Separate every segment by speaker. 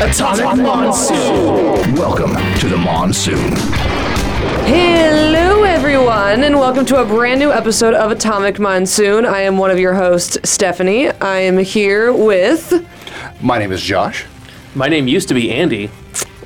Speaker 1: Atomic Monsoon. Welcome to the Monsoon.
Speaker 2: Hello, everyone, and welcome to a brand new episode of Atomic Monsoon. I am one of your hosts, Stephanie. I am here with.
Speaker 1: My name is Josh.
Speaker 3: My name used to be Andy.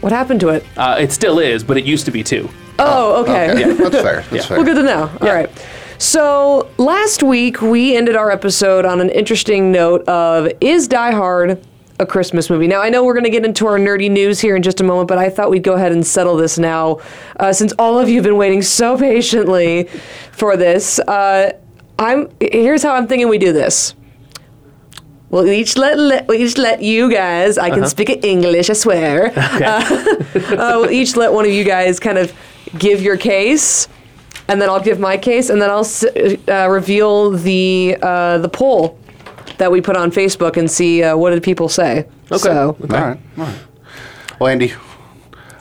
Speaker 2: What happened to it?
Speaker 3: Uh, it still is, but it used to be too.
Speaker 2: Oh, okay.
Speaker 1: That's fair. That's fair.
Speaker 2: Well, good to know. All right. So last week we ended our episode on an interesting note of is Die Hard a Christmas movie? Now I know we're going to get into our nerdy news here in just a moment, but I thought we'd go ahead and settle this now, uh, since all of you have been waiting so patiently for this. Uh, I'm here's how I'm thinking we do this. We'll each let, let we'll each let you guys. I can speak it English, I swear. uh, we'll each let one of you guys kind of give your case, and then I'll give my case, and then I'll s- uh, reveal the uh, the poll that we put on Facebook and see uh, what did people say. Okay. So,
Speaker 1: All right. All right. Well, Andy,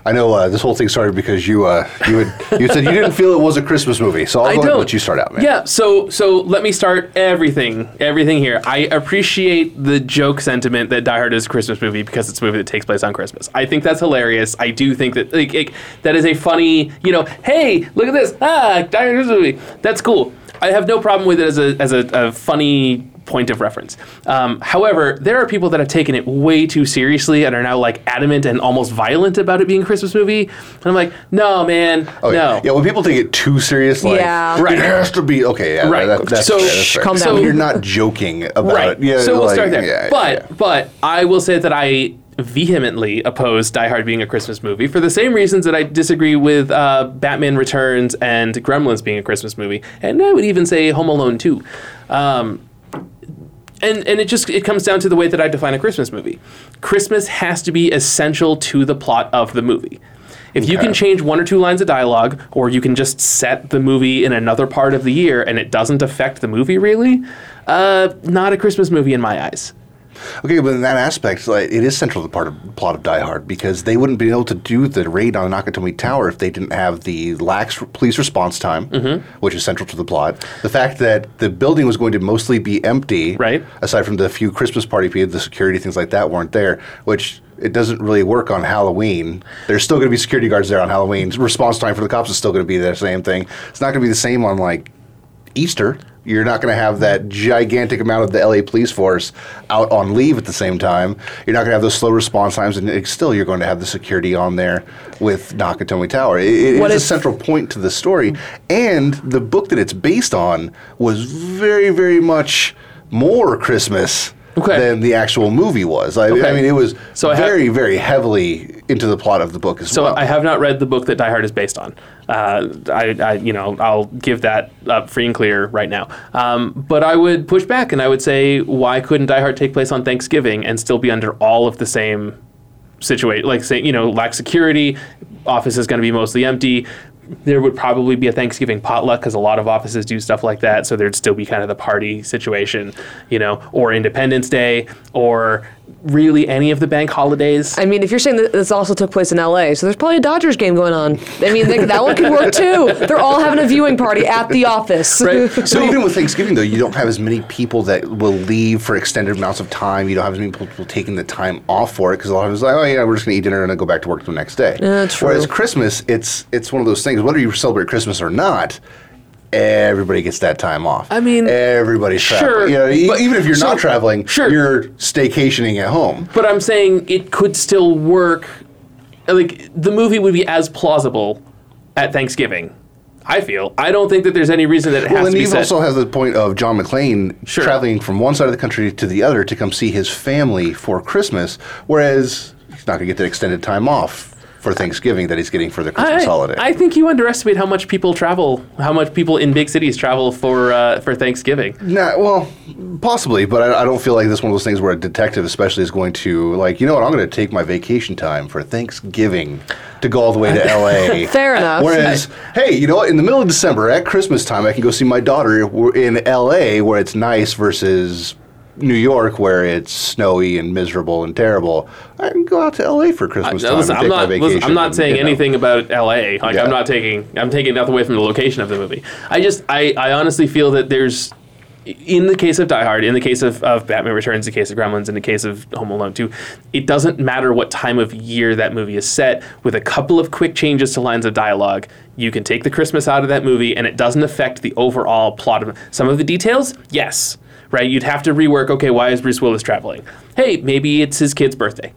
Speaker 1: I know uh, this whole thing started because you uh, you had you said you didn't feel it was a Christmas movie, so I'll go ahead and let you start out, man.
Speaker 3: Yeah. So so let me start everything everything here. I appreciate the joke sentiment that Die Hard is a Christmas movie because it's a movie that takes place on Christmas. I think that's hilarious. I do think that like it, that is a funny you know hey look at this ah Die Hard is a movie that's cool. I have no problem with it as a as a, a funny point of reference. Um, however, there are people that have taken it way too seriously and are now like adamant and almost violent about it being a Christmas movie. And I'm like, no, man,
Speaker 1: Okay.
Speaker 3: no.
Speaker 1: Oh, Yeah, when people take it too serious, like
Speaker 2: Yeah.
Speaker 1: it
Speaker 3: Right.
Speaker 1: has to be okay. Yeah,
Speaker 3: Right.
Speaker 1: that- that's,
Speaker 3: So-
Speaker 1: yeah, that's fair.
Speaker 2: Calm
Speaker 1: So
Speaker 2: down.
Speaker 1: You're not joking about.
Speaker 3: right.
Speaker 1: Yeah.
Speaker 3: so we'll
Speaker 1: like,
Speaker 3: start there.
Speaker 1: yeah, yeah,
Speaker 3: but
Speaker 1: yeah.
Speaker 3: but I will say that I vehemently oppose Die Hard being a Christmas movie for the same reasons that I disagree with uh, Batman Returns and Gremlins being a Christmas movie, and I would even say Home Alone too. Um, and, and it just it comes down to the way that I define a Christmas movie. Christmas has to be essential to the plot of the movie. If you can
Speaker 1: Okay.
Speaker 3: change one or two lines of dialogue, or you can just set the movie in another part of the year and it doesn't affect the movie really, uh, not a Christmas movie in my eyes.
Speaker 1: Okay, but in that aspect, like, it is central to the part of plot of Die Hard because they wouldn't be able to do the raid on Nakatomi Tower if they didn't have the lax r- police response time, which is central to the plot. The fact that the building was going to mostly be empty,
Speaker 3: Right.
Speaker 1: Aside from the few Christmas party people, the security things like that weren't there, which it doesn't really work on Halloween. There's still going to be security guards there on Halloween. Response time for the cops is still going to be the same thing. It's not going to be the same on like Easter. You're not going to have that gigantic amount of the LA police force out on leave at the same time. You're not going to have those slow response times, and it's still you're going to have the security on there with Nakatomi Tower. It- it
Speaker 2: What
Speaker 1: is a
Speaker 2: if-
Speaker 1: central point to the story, and the book that it's based on was very, very much more Christmas.
Speaker 3: Okay.
Speaker 1: Than the actual movie was. I, I
Speaker 3: Okay.
Speaker 1: mean, it was
Speaker 3: So I have-
Speaker 1: very, very heavily into the plot of the book as
Speaker 3: So
Speaker 1: well.
Speaker 3: I have not read the book that Die Hard is based on. Uh, I, I, you know, I'll give that up free and clear right now. Um, but I would push back and I would say, why couldn't Die Hard take place on Thanksgiving and still be under all of the same situation? Like, say, you know, lack security, office is going to be mostly empty. There would probably be a Thanksgiving potluck because a lot of offices do stuff like that. So there'd still be kind of the party situation, you know, or Independence Day, or really any of the bank holidays.
Speaker 2: I mean, if you're saying that this also took place in LA, so there's probably a Dodgers game going on. I mean, that- that one could work too. They're all having a viewing party at the office.
Speaker 3: Right.
Speaker 1: So even with Thanksgiving, though, you don't have as many people that will leave for extended amounts of time. You don't have as many people taking the time off for it because a lot of it's like, oh yeah, we're just gonna eat dinner and then go back to work the next day.
Speaker 2: Yeah, true.
Speaker 1: Whereas Christmas, it's it's one of those things. Whether you celebrate Christmas or not. Everybody gets that time off. I
Speaker 3: mean,
Speaker 1: everybody's
Speaker 3: sure,
Speaker 1: traveling. You know, e-
Speaker 3: but-
Speaker 1: even if you're
Speaker 3: so-
Speaker 1: not traveling,
Speaker 3: sure.
Speaker 1: you're staycationing at home.
Speaker 3: But I'm saying it could still work. Like the movie would be as plausible at Thanksgiving. I feel. I don't think that there's any reason that it has
Speaker 1: Well,
Speaker 3: to
Speaker 1: and
Speaker 3: be
Speaker 1: you
Speaker 3: set.
Speaker 1: also have the point of John McClane
Speaker 3: Sure.
Speaker 1: traveling from one side of the country to the other to come see his family for Christmas, whereas he's not going to get the extended time off for Thanksgiving that he's getting for the Christmas
Speaker 3: I,
Speaker 1: holiday.
Speaker 3: I think you underestimate how much people travel, how much people in big cities travel for uh, for Thanksgiving.
Speaker 1: Nah, well, possibly, but I, I don't feel like this is one of those things where a detective, especially, is going to like, you know what? I'm going to take my vacation time for Thanksgiving to go all the way to L.A.
Speaker 2: Fair enough.
Speaker 1: Whereas, hey, you know what? In the middle of December at Christmas time, I can go see my daughter w- in L.A. where it's nice versus New York where it's snowy and miserable and terrible. I can go out to L.A. for Christmas
Speaker 3: Now,
Speaker 1: time
Speaker 3: listen,
Speaker 1: and take
Speaker 3: I'm not.
Speaker 1: my vacation.
Speaker 3: Listen, I'm not
Speaker 1: and,
Speaker 3: saying
Speaker 1: you know.
Speaker 3: anything about L.A. Like
Speaker 1: Yeah.
Speaker 3: I'm not taking. I'm taking nothing away from the location of the movie. I just. I. I honestly feel that there's in the case of Die Hard, in the case of, of Batman Returns, the case of Gremlins, in the case of Home Alone 2, it doesn't matter what time of year that movie is set. With a couple of quick changes to lines of dialogue, you can take the Christmas out of that movie and it doesn't affect the overall plot of some of the details. Yes, right? You'd have to rework okay, why is Bruce Willis traveling? Hey, maybe it's his kid's birthday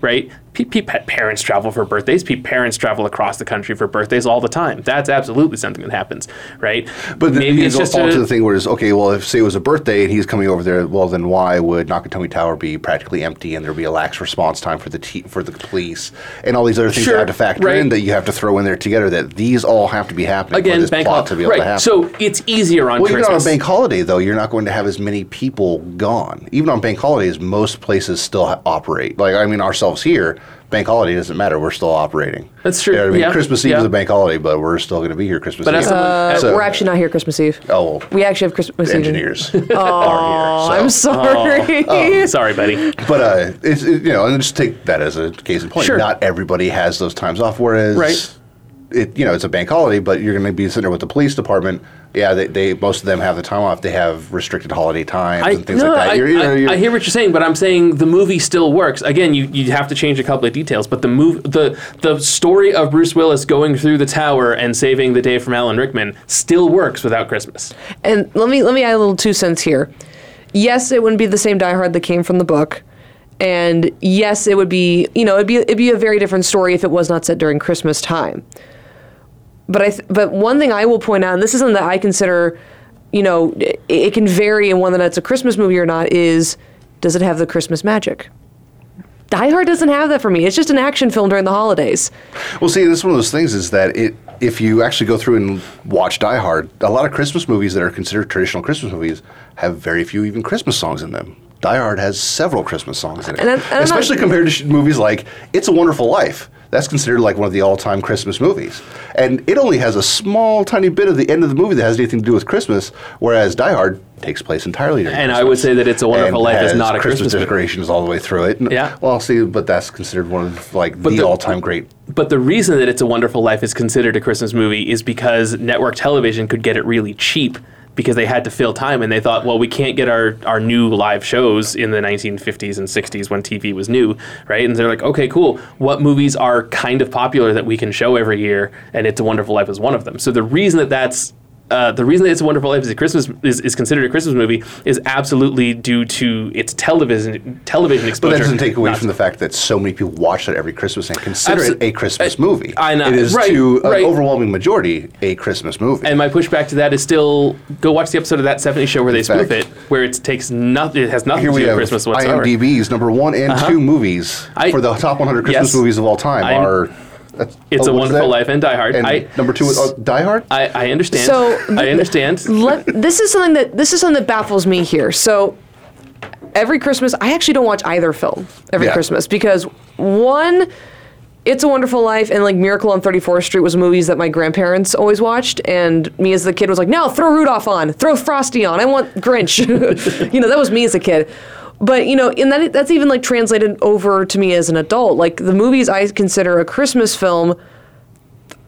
Speaker 3: right? Pe- pe- pa- parents travel for birthdays. Pe- parents travel across the country for birthdays all the time. That's absolutely something that happens, right?
Speaker 1: But then
Speaker 3: maybe
Speaker 1: you
Speaker 3: it's
Speaker 1: go
Speaker 3: just
Speaker 1: fall
Speaker 3: a-
Speaker 1: to the thing where it's okay. Well, if say it was a birthday and he's coming over there, well then why would Nakatomi Tower be practically empty and there be a lax response time for the te- for the police and all these other things
Speaker 3: Sure,
Speaker 1: you have to factor
Speaker 3: right.
Speaker 1: in that you have to throw in there together that these all have to be happening
Speaker 3: again
Speaker 1: for this
Speaker 3: bank holiday.
Speaker 1: plot to be able
Speaker 3: right.
Speaker 1: to happen.
Speaker 3: So it's easier on
Speaker 1: well, even on a
Speaker 3: Christmas.
Speaker 1: bank holiday though, you're not going to have as many people gone. Even on bank holidays, most places still ha- operate. Like I mean, ourselves here. Bank holiday doesn't matter. We're still operating.
Speaker 3: That's true,
Speaker 1: You know what I mean,
Speaker 3: yeah,
Speaker 1: Christmas Eve
Speaker 3: yeah.
Speaker 1: is a bank holiday, but we're still going to be here Christmas
Speaker 3: But
Speaker 1: Eve.
Speaker 3: as someone-
Speaker 2: Uh,
Speaker 3: So-
Speaker 2: we're actually not here Christmas Eve.
Speaker 1: oh, well,
Speaker 2: We actually have Christmas Eve.
Speaker 1: engineers are here.
Speaker 2: I'm
Speaker 1: So.
Speaker 2: sorry.
Speaker 3: Sorry, buddy.
Speaker 1: But uh, it's it, you know, and just take that as a case in point.
Speaker 3: Sure.
Speaker 1: Not everybody has those times off. Whereas,
Speaker 3: Right.
Speaker 1: it you know, it's a bank holiday, but you're going to be sitting there with the police department. Yeah, they, they most of them have the time off. They have restricted holiday times
Speaker 3: I,
Speaker 1: and things
Speaker 3: no,
Speaker 1: like that.
Speaker 3: I,
Speaker 1: You're- you know,
Speaker 3: I-
Speaker 1: you're-
Speaker 3: I hear what you're saying, but I'm saying the movie still works. Again, you, you have to change a couple of details, but the move the the story of Bruce Willis going through the tower and saving the day from Alan Rickman still works without Christmas.
Speaker 2: And let me let me add a little two cents here. Yes, it wouldn't be the same Die Hard that came from the book, and yes, it would be you know it'd be it'd be a very different story if it was not set during Christmas time. But I th- but one thing I will point out, and this is something that I consider, you know, it, it can vary in whether that's a Christmas movie or not. Is does it have the Christmas magic? Die Hard doesn't have that for me. It's just an action film during the holidays.
Speaker 1: Well, see, this is one of those things is that it if you actually go through and watch Die Hard, a lot of Christmas movies that are considered traditional Christmas movies have very few even Christmas songs in them. Die Hard has several Christmas songs in it,
Speaker 2: And I'm- and I'm
Speaker 1: especially
Speaker 2: not-
Speaker 1: compared to sh- movies like It's a Wonderful Life. That's considered like one of the all-time Christmas movies, and it only has a small, tiny bit of the end of the movie that has anything to do with Christmas. Whereas Die Hard takes place entirely during
Speaker 3: And I
Speaker 1: Christmas
Speaker 3: would say that It's a Wonderful
Speaker 1: and
Speaker 3: Life is
Speaker 1: has
Speaker 3: not a Christmas movie.
Speaker 1: decorations all the way through it. And-
Speaker 3: Yeah.
Speaker 1: Well, see, but that's considered one of like the
Speaker 3: the-
Speaker 1: all-time great
Speaker 3: But the reason that It's a Wonderful Life is considered a Christmas movie is because network television could get it really cheap because they had to fill time and they thought, well, we can't get our, our new live shows in the 1950s and 60s when TV was new, right? And they're like, okay, cool. What movies are kind of popular that we can show every year? And It's a Wonderful Life is one of them. So the reason that that's uh, the reason that It's a Wonderful Life is a Christmas is, is considered a Christmas movie is absolutely due to its television television
Speaker 1: But
Speaker 3: exposure.
Speaker 1: that doesn't take away
Speaker 3: not
Speaker 1: from the fact that so many people watch that every Christmas and consider
Speaker 3: Absol-
Speaker 1: it a Christmas movie.
Speaker 3: I know.
Speaker 1: It is
Speaker 3: Right,
Speaker 1: to an
Speaker 3: right.
Speaker 1: overwhelming majority a Christmas movie.
Speaker 3: And my pushback to that is still go watch the episode of that 70s show where they spoof it,
Speaker 1: fact.
Speaker 3: where it takes nothing, it has nothing
Speaker 1: here
Speaker 3: to
Speaker 1: we
Speaker 3: do with
Speaker 1: have
Speaker 3: Christmas whatsoever. Uh-huh.
Speaker 1: IMDb's number one and two movies
Speaker 3: I-
Speaker 1: for the top 100 Christmas
Speaker 3: Yes.
Speaker 1: movies of all time
Speaker 3: I'm-
Speaker 1: are. that's-
Speaker 3: It's
Speaker 1: oh,
Speaker 3: a
Speaker 1: what is
Speaker 3: Wonderful
Speaker 1: that?
Speaker 3: Life and Die Hard.
Speaker 1: And
Speaker 3: I,
Speaker 1: number two is uh, Die Hard.
Speaker 3: I, I understand.
Speaker 2: So-
Speaker 3: I understand.
Speaker 2: Let, this is something that this is something that baffles me here. So every Christmas, I actually don't watch either film every
Speaker 1: Yeah.
Speaker 2: Christmas because one, It's a Wonderful Life and like Miracle on 34th Street was movies that my grandparents always watched, and me as the kid was like, no, throw Rudolph on, throw Frosty on, I want Grinch. you know, that was me as a kid. But you know, and that that's even like translated over to me as an adult. Like the movies I consider a Christmas film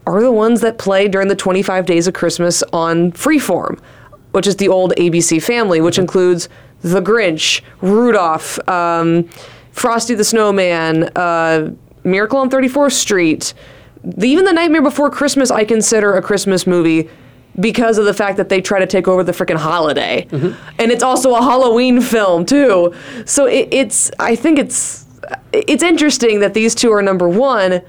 Speaker 2: are the ones that play during the 25 days of Christmas on Freeform, which is the old ABC family, which includes The Grinch, Rudolph, um, Frosty the Snowman, uh, Miracle on 34th Street. The, even The Nightmare Before Christmas, I consider a Christmas movie because of the fact that they try to take over the freaking holiday. And it's also a Halloween film, too. So it, it's, I think it's. It's interesting that these two are number one,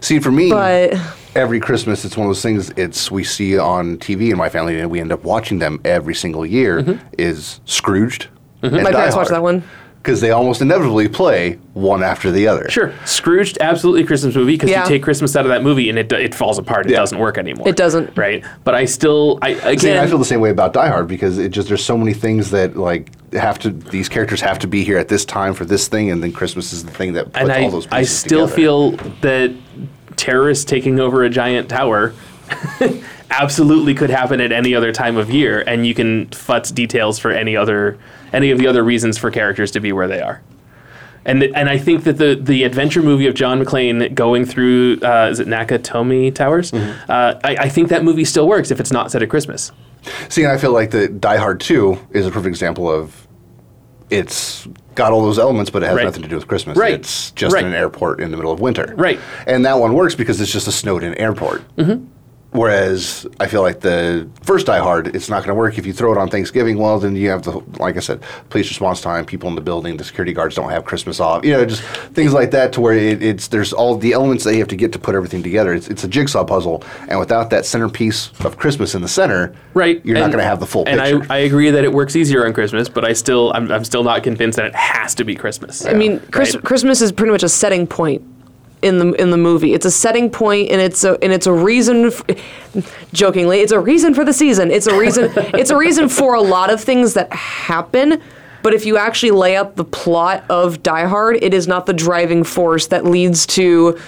Speaker 1: See, for me,
Speaker 2: but
Speaker 1: every Christmas, it's one of those things. It's we see on TV in my family, and we end up watching them every single year.
Speaker 3: Mm-hmm.
Speaker 1: Is Scrooged? And
Speaker 2: My
Speaker 1: Die
Speaker 2: parents watched that one.
Speaker 1: because they almost inevitably play one after the other.
Speaker 3: sure. Scrooged, absolutely Christmas movie because
Speaker 2: Yeah.
Speaker 3: you take Christmas out of that movie and it, do- it falls apart. It
Speaker 1: Yeah.
Speaker 3: doesn't work anymore.
Speaker 2: It doesn't.
Speaker 3: Right. But I still, I again,
Speaker 1: See, I feel the same way about Die Hard because it just there's so many things that like have to these characters have to be here at this time for this thing, and then Christmas is the thing that puts
Speaker 3: and I,
Speaker 1: all those
Speaker 3: I
Speaker 1: pieces
Speaker 3: still
Speaker 1: together.
Speaker 3: feel that terrorists taking over a giant tower absolutely could happen at any other time of year, and you can futz details for any other any of the other reasons for characters to be where they are. And, th- and I think that the, the adventure movie of John McClane going
Speaker 1: Mm-hmm.
Speaker 3: through uh, is it Nakatomi Towers? Uh, I, I think that movie still works if it's not set at Christmas
Speaker 1: See, and I feel like the Die Hard 2 is a perfect example of it's got all those elements, but it has
Speaker 3: Right.
Speaker 1: nothing to do with Christmas.
Speaker 3: Right.
Speaker 1: It's just
Speaker 3: Right.
Speaker 1: in an airport in the middle of winter.
Speaker 3: Right.
Speaker 1: And that one works because it's just a snowed in airport. Mm-hmm. Whereas I feel like the first Die Hard, it's not going to work. If you throw it on Thanksgiving, well, then you have the, like I said, police response time, people in the building, the security guards don't have Christmas off, you know, just things like that to where it, it's, there's all the elements that you have to get to put everything together. It's, it's a jigsaw puzzle. And without that centerpiece of Christmas in the center,
Speaker 3: Right.
Speaker 1: you're not
Speaker 3: and-
Speaker 1: going to have the full
Speaker 3: and
Speaker 1: picture.
Speaker 3: I, I agree that it works easier on Christmas, but I still, I'm, I'm still not convinced that it has to be Christmas.
Speaker 2: I mean, Chris, Christmas is pretty much a setting point in the in the movie. It's a setting point, and it's a and it's a reason. F- jokingly, it's a reason for the season. It's a reason. it's a reason for a lot of things that happen. But if you actually lay out the plot of Die Hard, it is not the driving force that leads to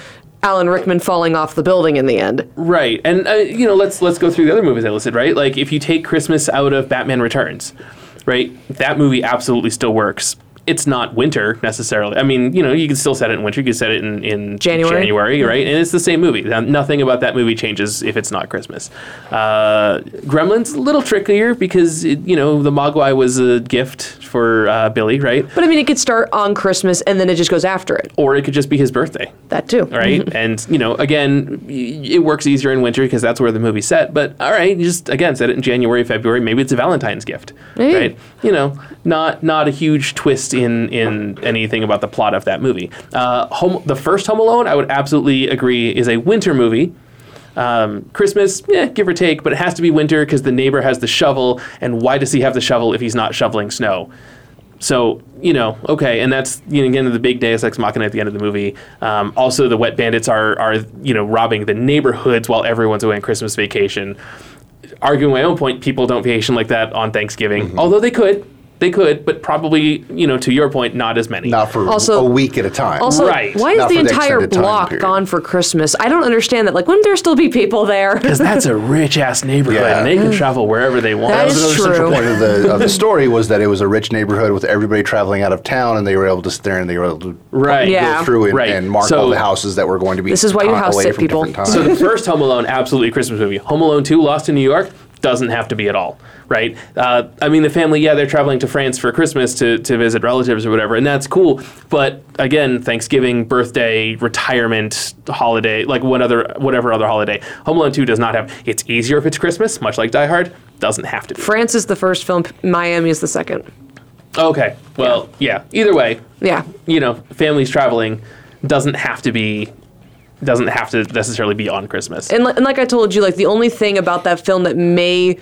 Speaker 2: Alan Rickman falling off the building in the end.
Speaker 3: Right, and uh, you know, let's let's go through the other movies I listed. Right, like if you take Christmas out of Batman Returns, right, that movie absolutely still works. It's not winter necessarily. I mean, you know, you can still set it in winter. You can set it in, in
Speaker 2: January.
Speaker 3: right? And it's the same movie. Now, nothing about that movie changes if it's not Christmas. Uh, Gremlins a little trickier because it, you know the Mogwai was a gift for uh, Billy, right?
Speaker 2: But I mean, it could start on Christmas, and then it just goes after it.
Speaker 3: Or it could just be his birthday.
Speaker 2: That too.
Speaker 3: right? And you know, again, y- it works easier in winter because that's where the movie's set. But all right, you just again, set it in January, February. Maybe it's a Valentine's gift,
Speaker 2: Maybe.
Speaker 3: right? You know, not not a huge twist in in anything about the plot of that movie. Uh, Home, the first Home Alone, I would absolutely agree, is a winter movie. Um, Christmas, eh, give or take, but it has to be winter because the neighbor has the shovel, and why does he have the shovel if he's not shoveling snow? So you know, okay, and that's you know, again the big Deus Ex Machina at the end of the movie. Um, also, the wet bandits are are you know robbing the neighborhoods while everyone's away on Christmas vacation. Arguing my own point, people don't vacation like that on Thanksgiving,
Speaker 1: Mm-hmm.
Speaker 3: although they could, they could, but probably you know to your point, not as many.
Speaker 1: not for
Speaker 2: Also-
Speaker 1: a week at a time.
Speaker 2: Also,
Speaker 3: Right.
Speaker 2: why is
Speaker 1: Not
Speaker 2: the
Speaker 1: for the
Speaker 2: entire
Speaker 1: extended time
Speaker 2: block
Speaker 1: period.
Speaker 2: gone for Christmas? I don't understand that. Like, wouldn't there still be people there?
Speaker 3: Because that's a rich ass neighborhood,
Speaker 1: Yeah.
Speaker 3: and they can travel wherever they want.
Speaker 2: Mm. That
Speaker 1: That was
Speaker 2: is
Speaker 1: another central
Speaker 2: true.
Speaker 1: point of the, of the story was that it was a rich neighborhood with everybody traveling out of town, and they were able to sit there and they were able to
Speaker 3: Right.
Speaker 1: go
Speaker 2: Yeah.
Speaker 1: through and,
Speaker 3: Right.
Speaker 1: and mark
Speaker 3: So-
Speaker 1: all the houses that were going to be.
Speaker 2: This is why you
Speaker 1: ta-
Speaker 2: house
Speaker 1: away
Speaker 2: sit
Speaker 1: from
Speaker 2: people.
Speaker 1: different
Speaker 3: So
Speaker 1: times.
Speaker 3: the first Home Alone, absolutely a Christmas movie. Home Alone 2, Lost in New York, doesn't have to be at all, right? Uh, I mean, the family, yeah, they're traveling to France for Christmas to, to visit relatives or whatever, and that's cool. But again, Thanksgiving, birthday, retirement, holiday, like what other, whatever other holiday. Home Alone 2 does not have, it's easier if it's Christmas, much like Die Hard, doesn't have to be.
Speaker 2: France is the first film. Miami is the second.
Speaker 3: Okay, well, yeah, either way,
Speaker 2: Yeah.
Speaker 3: you know, families traveling doesn't have to be, doesn't have to necessarily be on Christmas.
Speaker 2: And, li- and like I told you, like the only thing about that film that may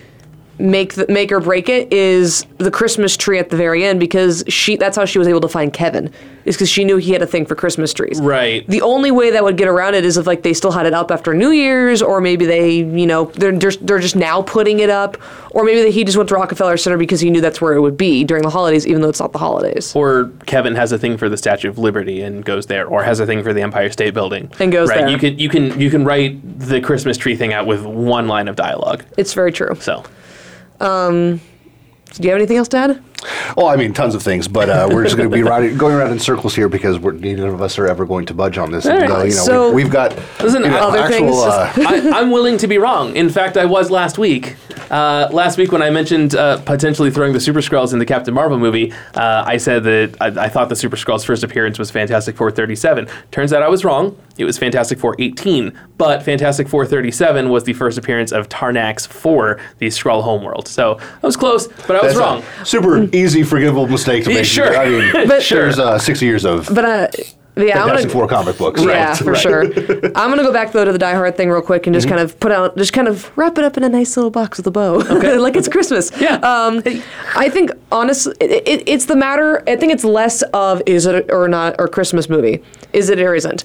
Speaker 2: make the, make or break it is the Christmas tree at the very end because she that's how she was able to find Kevin is because she knew he had a thing for Christmas trees.
Speaker 3: Right.
Speaker 2: The only way that would get around it is if like they still had it up after New Year's, or maybe they, you know, they're just they're just now putting it up, or maybe that he just went to Rockefeller Center because he knew that's where it would be during the holidays, even though it's not the holidays.
Speaker 3: or Kevin has a thing for the Statue of Liberty and goes there, or has a thing for the Empire State Building
Speaker 2: And goes
Speaker 3: right.
Speaker 2: there.
Speaker 3: You can you can you can write the Christmas tree thing out with one line of dialogue.
Speaker 2: It's very true.
Speaker 3: So
Speaker 2: Do you have anything else, Dad?
Speaker 1: well, I mean, tons of things, but uh, we're just going to be riding, going around in circles here because we're, neither of us are ever going to budge on this.
Speaker 3: All right,
Speaker 1: Though, you know,
Speaker 2: so-
Speaker 1: we, have got
Speaker 3: Listen,
Speaker 1: you know,
Speaker 3: other
Speaker 1: actual.
Speaker 2: things, just-
Speaker 1: uh,
Speaker 3: I, I'm willing to be wrong. In fact, I was last week. Uh, last week, when I mentioned uh, potentially throwing the Super Skrulls in the Captain Marvel movie, uh, I said that I, I thought the Super Skrulls' first appearance was Fantastic Four 37. Turns out I was wrong. It was Fantastic Four 18, but Fantastic Four 37 was the first appearance of Tarnax for the Skrull homeworld. So I was close, but I was
Speaker 1: that's a
Speaker 3: wrong.
Speaker 1: super easy, forgivable mistake to
Speaker 3: Yeah,
Speaker 1: make.
Speaker 3: sure.
Speaker 1: I mean,
Speaker 3: But-
Speaker 1: there's uh, 60 years of
Speaker 2: But uh, yeah, I
Speaker 1: Fantastic
Speaker 2: want to.
Speaker 1: Four comic books.
Speaker 2: Yeah, for
Speaker 3: right. Mm-hmm.
Speaker 2: sure. I'm gonna go back though to the Die Hard thing real quick and just kind of put out, just kind of wrap it up in a nice little box with a bow, like it's Christmas.
Speaker 3: Yeah.
Speaker 2: Um, I think honestly, it, it, it's the matter. I think it's less of is it or not or Christmas movie, is it or isn't.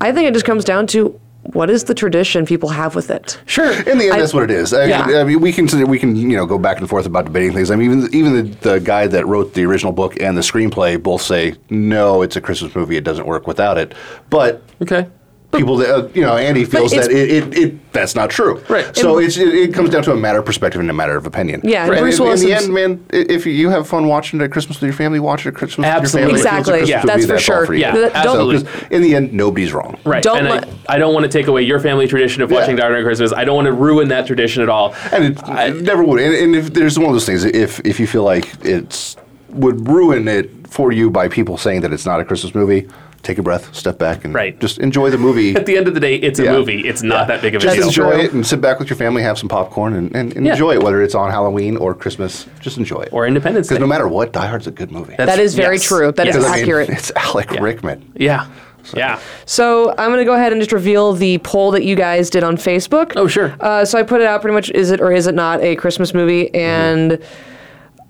Speaker 2: I think it just comes down to what is the tradition people have with it.
Speaker 3: Sure.
Speaker 1: In the end,
Speaker 2: I-
Speaker 1: that's what it is. I,
Speaker 2: Yeah.
Speaker 1: I mean, we can we can you know go back and forth about debating things. I mean, even even the, the guy that wrote the original book and the screenplay both say no, it's a Christmas movie. It doesn't work without it. But
Speaker 3: Okay.
Speaker 1: people that uh, you know Andy feels
Speaker 2: it's-
Speaker 1: that it, it, it that's not true.
Speaker 3: Right.
Speaker 1: So it's it, it comes down to a matter of perspective and a matter of opinion.
Speaker 2: Yeah, and
Speaker 1: And
Speaker 2: Bruce
Speaker 1: in, in the
Speaker 2: Willis's-
Speaker 1: end, man, i- if you- you have fun watching it at Christmas with your family, watch it at Christmas
Speaker 3: Absolutely.
Speaker 1: with your family. It feels like
Speaker 2: Exactly.
Speaker 1: Christmas to
Speaker 2: That's
Speaker 1: me,
Speaker 2: for
Speaker 1: all
Speaker 2: sure.
Speaker 1: you.
Speaker 2: Yeah,
Speaker 1: So,
Speaker 2: that- don't-
Speaker 1: 'cause in the end, nobody's wrong.
Speaker 3: Right.
Speaker 2: Don't
Speaker 3: and
Speaker 2: let-
Speaker 3: I, I don't want to take away your family tradition of watching
Speaker 1: Yeah.
Speaker 3: Dark Knight Christmas. I don't want to ruin that tradition at all.
Speaker 1: and it never would. And, and if there's one of those things, if if you feel like it's would ruin it for you by people saying that it's not a Christmas movie, take a breath, step back, and
Speaker 3: Right.
Speaker 1: just enjoy the movie.
Speaker 3: At the end of the day, it's a
Speaker 1: Yeah.
Speaker 3: movie. It's not that big of a
Speaker 1: just
Speaker 3: deal.
Speaker 1: enjoy
Speaker 2: true.
Speaker 1: it and sit back with your family, have some popcorn, and, and, and
Speaker 3: Yeah.
Speaker 1: enjoy it. Whether it's on Halloween or Christmas, just enjoy it.
Speaker 3: Or Independence Day.
Speaker 1: because no matter what, Die Hard's a good movie.
Speaker 3: That's-
Speaker 2: That is very
Speaker 3: yes.
Speaker 2: true. That is
Speaker 1: Because,
Speaker 3: Yes.
Speaker 1: I mean,
Speaker 2: accurate.
Speaker 1: it's Alec Rickman.
Speaker 3: yeah. Yeah.
Speaker 2: So I'm going to go ahead and just reveal the poll that you guys did on Facebook.
Speaker 3: Oh, sure.
Speaker 2: Uh, so I put it out pretty much: is it or is it not a Christmas movie? And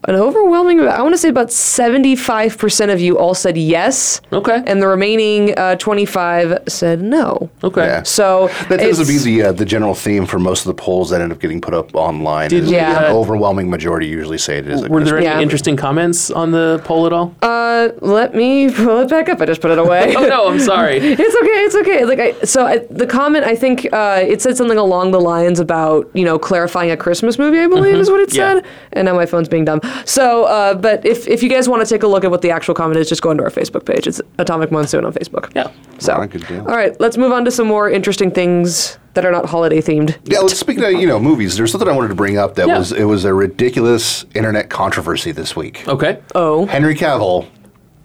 Speaker 2: an overwhelming, I want to say about 75 percent of you all said yes.
Speaker 3: Okay.
Speaker 2: And the remaining uh, 25 said no.
Speaker 3: Okay.
Speaker 1: Yeah.
Speaker 2: So
Speaker 1: That tends to be
Speaker 2: it's-
Speaker 1: the uh, the general theme for most of the polls that end up getting put up online.
Speaker 3: Did
Speaker 1: is
Speaker 2: we,
Speaker 1: an
Speaker 3: uh,
Speaker 1: overwhelming majority usually say it is. A
Speaker 3: Were there any
Speaker 1: Christmas
Speaker 2: Yeah.
Speaker 1: movie.
Speaker 3: interesting comments on the poll at all?
Speaker 2: Uh, let me pull it back up. I just put it away.
Speaker 3: oh, no, I'm sorry.
Speaker 2: It's okay. It's okay. Like I, so I, the comment I think uh, it said something along the lines about you know clarifying a Christmas movie. I believe is what it
Speaker 3: Mm-hmm. Yeah.
Speaker 2: said. And now my phone's being dumb. So, uh, but if if you guys want to take a look at what the actual comment is, just go into our Facebook page. It's Atomic Monsoon on Facebook.
Speaker 3: Yeah.
Speaker 2: So,
Speaker 1: Alright, good deal.
Speaker 2: all right, let's move on to some more interesting things that are not holiday themed.
Speaker 1: Yeah, let's speak to you know movies. There's something I wanted to bring up that
Speaker 3: Yeah.
Speaker 1: was it was a ridiculous internet controversy this week.
Speaker 3: Okay.
Speaker 2: Oh,
Speaker 1: Henry Cavill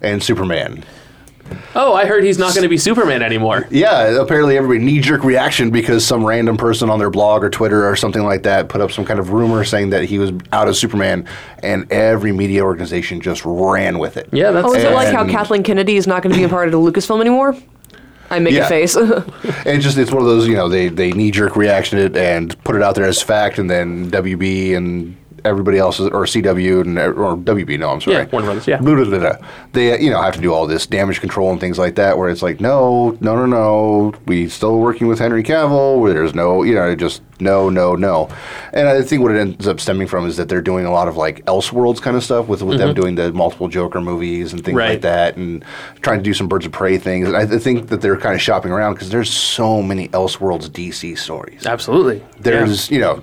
Speaker 1: and Superman.
Speaker 3: Oh, I heard he's not going to be Superman anymore.
Speaker 1: Yeah, apparently everybody knee jerk reaction because some random person on their blog or Twitter or something like that put up some kind of rumor saying that he was out as Superman, and every media organization just ran with it.
Speaker 3: Yeah, that's
Speaker 2: oh, is it like how
Speaker 1: And-
Speaker 2: Kathleen Kennedy is not going to be a part of the Lucasfilm anymore? I make a
Speaker 1: Yeah.
Speaker 2: face.
Speaker 1: And it's just it's one of those you know they they knee jerk reaction it and put it out there as fact, and then WB and everybody else is- or CW and or WB no I'm sorry
Speaker 3: Yeah, Warner Brothers, yeah.
Speaker 1: Blah, blah, blah, blah. they uh, you know have to do all this damage control and things like that where it's like no no no no we still working with Henry Cavill where there's no you know just no no no and I think what it ends up stemming from is that they're doing a lot of like Elseworlds kind of stuff with with them doing the multiple Joker movies and things
Speaker 3: Mm-hmm. Right.
Speaker 1: like that that and trying to do some birds of prey things. And I th- think that they're kind of shopping around because there's so many Elseworlds DC stories.
Speaker 3: absolutely.
Speaker 1: There's you know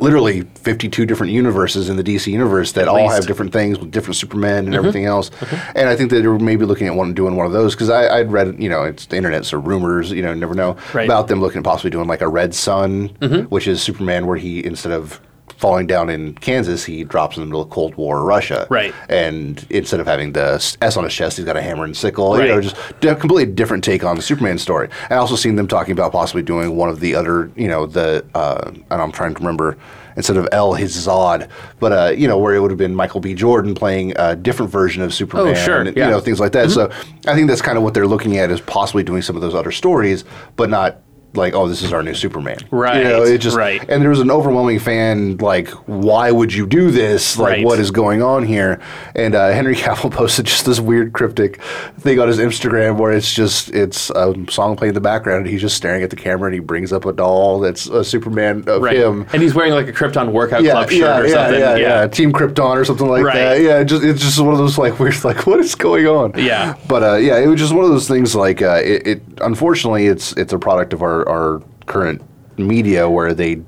Speaker 1: literally 52 different universes in the DC universe that all have
Speaker 3: least. Mm-hmm.
Speaker 1: different things with different Superman and everything else. And I think that they're maybe looking at one doing one of those because I I'd read you know it's the internet so rumors you know you never know
Speaker 3: Right. Mm-hmm.
Speaker 1: about them looking at possibly doing like a Red Sun, which is Superman where he instead of falling down in Kansas, he drops into the Cold War Russia
Speaker 3: Right.
Speaker 1: and instead of having the s- S on his chest, he's got a hammer and sickle. You know,
Speaker 3: Right.
Speaker 1: just a completely different take on the Superman story. I also seen them talking about possibly doing one of the other, you know, the uh, and I'm trying to remember instead of L, his Zod, but uh, you know, where it would have been Michael B. Jordan playing a different version of Superman.
Speaker 3: Oh, sure,
Speaker 1: and,
Speaker 3: yeah. Mm-hmm.
Speaker 1: You know, things like that. So I think that's kind of what they're looking at is possibly doing some of those other stories, but not. Like oh this is our new Superman
Speaker 3: Right,
Speaker 1: you know it just
Speaker 3: right.
Speaker 1: and there was an overwhelming fan like why would you do this like
Speaker 3: Right.
Speaker 1: what is going on here and uh, henry cavill posted just this weird cryptic thing on his instagram where it's just it's a song playing in the background and he's just staring at the camera and he brings up a doll that's a superman of
Speaker 3: Right.
Speaker 1: him
Speaker 3: And he's wearing like a Krypton workout club shirt or
Speaker 1: yeah,
Speaker 3: something.
Speaker 1: Yeah, yeah, Team Krypton or something like
Speaker 3: Right.
Speaker 1: that. Yeah, it just, it's just one of those like weird, like what is going on?
Speaker 3: Yeah.
Speaker 1: But uh, yeah, it was just one of those things. Like uh, it, it, unfortunately, it's it's a product of our our current media where they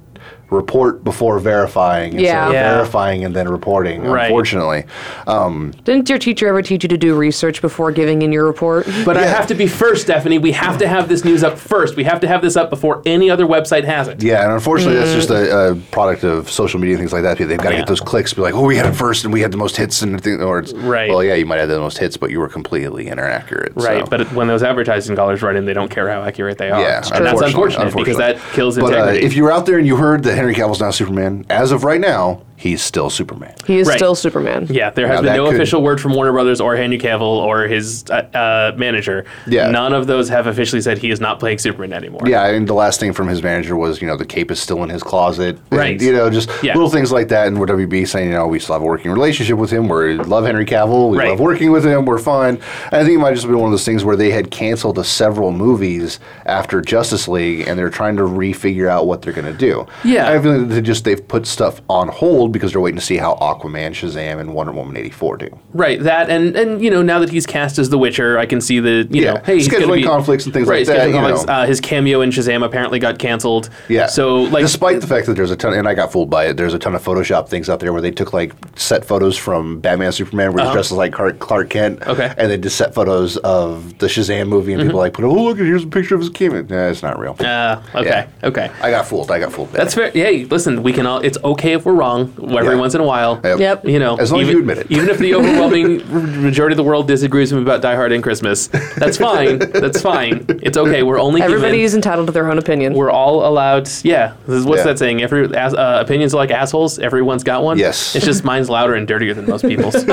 Speaker 1: report before verifying instead
Speaker 2: Yeah.
Speaker 1: of
Speaker 3: Yeah.
Speaker 1: verifying and then reporting.
Speaker 3: Right.
Speaker 1: Unfortunately,
Speaker 2: Didn't your teacher ever teach you to do research before giving in your report?
Speaker 3: But I have to be first, Stephanie. We have to have this news up first. We have to have this up before any other website has it.
Speaker 1: yeah, and unfortunately, that's just a, a product of social media and things like that. They've got to
Speaker 3: Yeah.
Speaker 1: get those clicks. Be like, oh, we had it first, and we had the most hits, and thing, or it's
Speaker 3: Right.
Speaker 1: Well, yeah, you might have the most hits, but you were completely inaccurate.
Speaker 3: Right,
Speaker 1: so.
Speaker 3: but it- when those advertising dollars run in, they don't care how accurate they are.
Speaker 1: Yeah,
Speaker 3: and that's unfortunate, because
Speaker 1: unfortunately.
Speaker 3: that kills
Speaker 1: But, uh,
Speaker 3: integrity.
Speaker 1: if you were out there and you heard that Henry Cavill's not Superman, as of right now, he's still Superman.
Speaker 2: He is
Speaker 3: Right.
Speaker 2: still Superman.
Speaker 3: yeah, there has
Speaker 1: Now
Speaker 3: been
Speaker 1: that
Speaker 3: no
Speaker 1: could-
Speaker 3: official word from Warner Brothers or Henry Cavill or his uh, uh, manager.
Speaker 1: Yeah.
Speaker 3: None of those have officially said he is not playing Superman anymore.
Speaker 1: Yeah, and the last thing from his manager was, you know, the cape is still in his closet. and,
Speaker 3: Right.
Speaker 1: you know, just
Speaker 3: Yeah.
Speaker 1: little things like that. And where WB saying, you know, we still have a working relationship with him. We love Henry Cavill. We
Speaker 3: Right.
Speaker 1: love working with him. We're fine. And I think it might just be one of those things where they had canceled the several movies after Justice League, and they're trying to refigure out what they're going to do.
Speaker 3: Yeah.
Speaker 1: I feel like they just they've put stuff on hold hold because they're waiting to see how Aquaman, Shazam, and Wonder Woman 84 do.
Speaker 3: Right, that and and you know now that he's cast as the Witcher, I can see the you
Speaker 1: Yeah,
Speaker 3: know hey he's gonna
Speaker 1: scheduling
Speaker 3: be,
Speaker 1: conflicts and things
Speaker 3: right,
Speaker 1: like that,
Speaker 3: scheduling
Speaker 1: you
Speaker 3: conflicts.
Speaker 1: know.
Speaker 3: Uh, his cameo in Shazam apparently got canceled.
Speaker 1: Yeah.
Speaker 3: so like
Speaker 1: despite the fact that there's a ton, and I got fooled by it. There's a ton of Photoshop things out there where they took like set photos from Batman, Superman, where he's dressed as like Clark, Clark Kent.
Speaker 3: Uh-huh. Okay. Mm-hmm.
Speaker 1: And they just set photos of the Shazam movie, and people like put, oh look, here's a picture of his cameo. Nah, it's not real.
Speaker 3: uh, okay,
Speaker 1: Yeah.
Speaker 3: okay.
Speaker 1: I got fooled. I got fooled.
Speaker 3: That's fair. Hey, listen, we can all. It's okay if we're wrong every
Speaker 1: Yeah.
Speaker 3: once in a while.
Speaker 1: Yep.
Speaker 2: Yep.
Speaker 3: You know,
Speaker 1: As long as
Speaker 3: even,
Speaker 1: you admit it.
Speaker 3: even if the overwhelming majority of the world disagrees with me about Die Hard and Christmas, that's fine. that's fine. It's okay. We're only
Speaker 2: Everybody
Speaker 3: human.
Speaker 2: is entitled to their own opinion.
Speaker 3: We're all allowed. Yeah. This is, what's
Speaker 1: Yeah.
Speaker 3: that saying? Every as, uh, opinions are like assholes. Everyone's got one.
Speaker 1: Yes.
Speaker 3: It's just mine's louder and dirtier than most people's.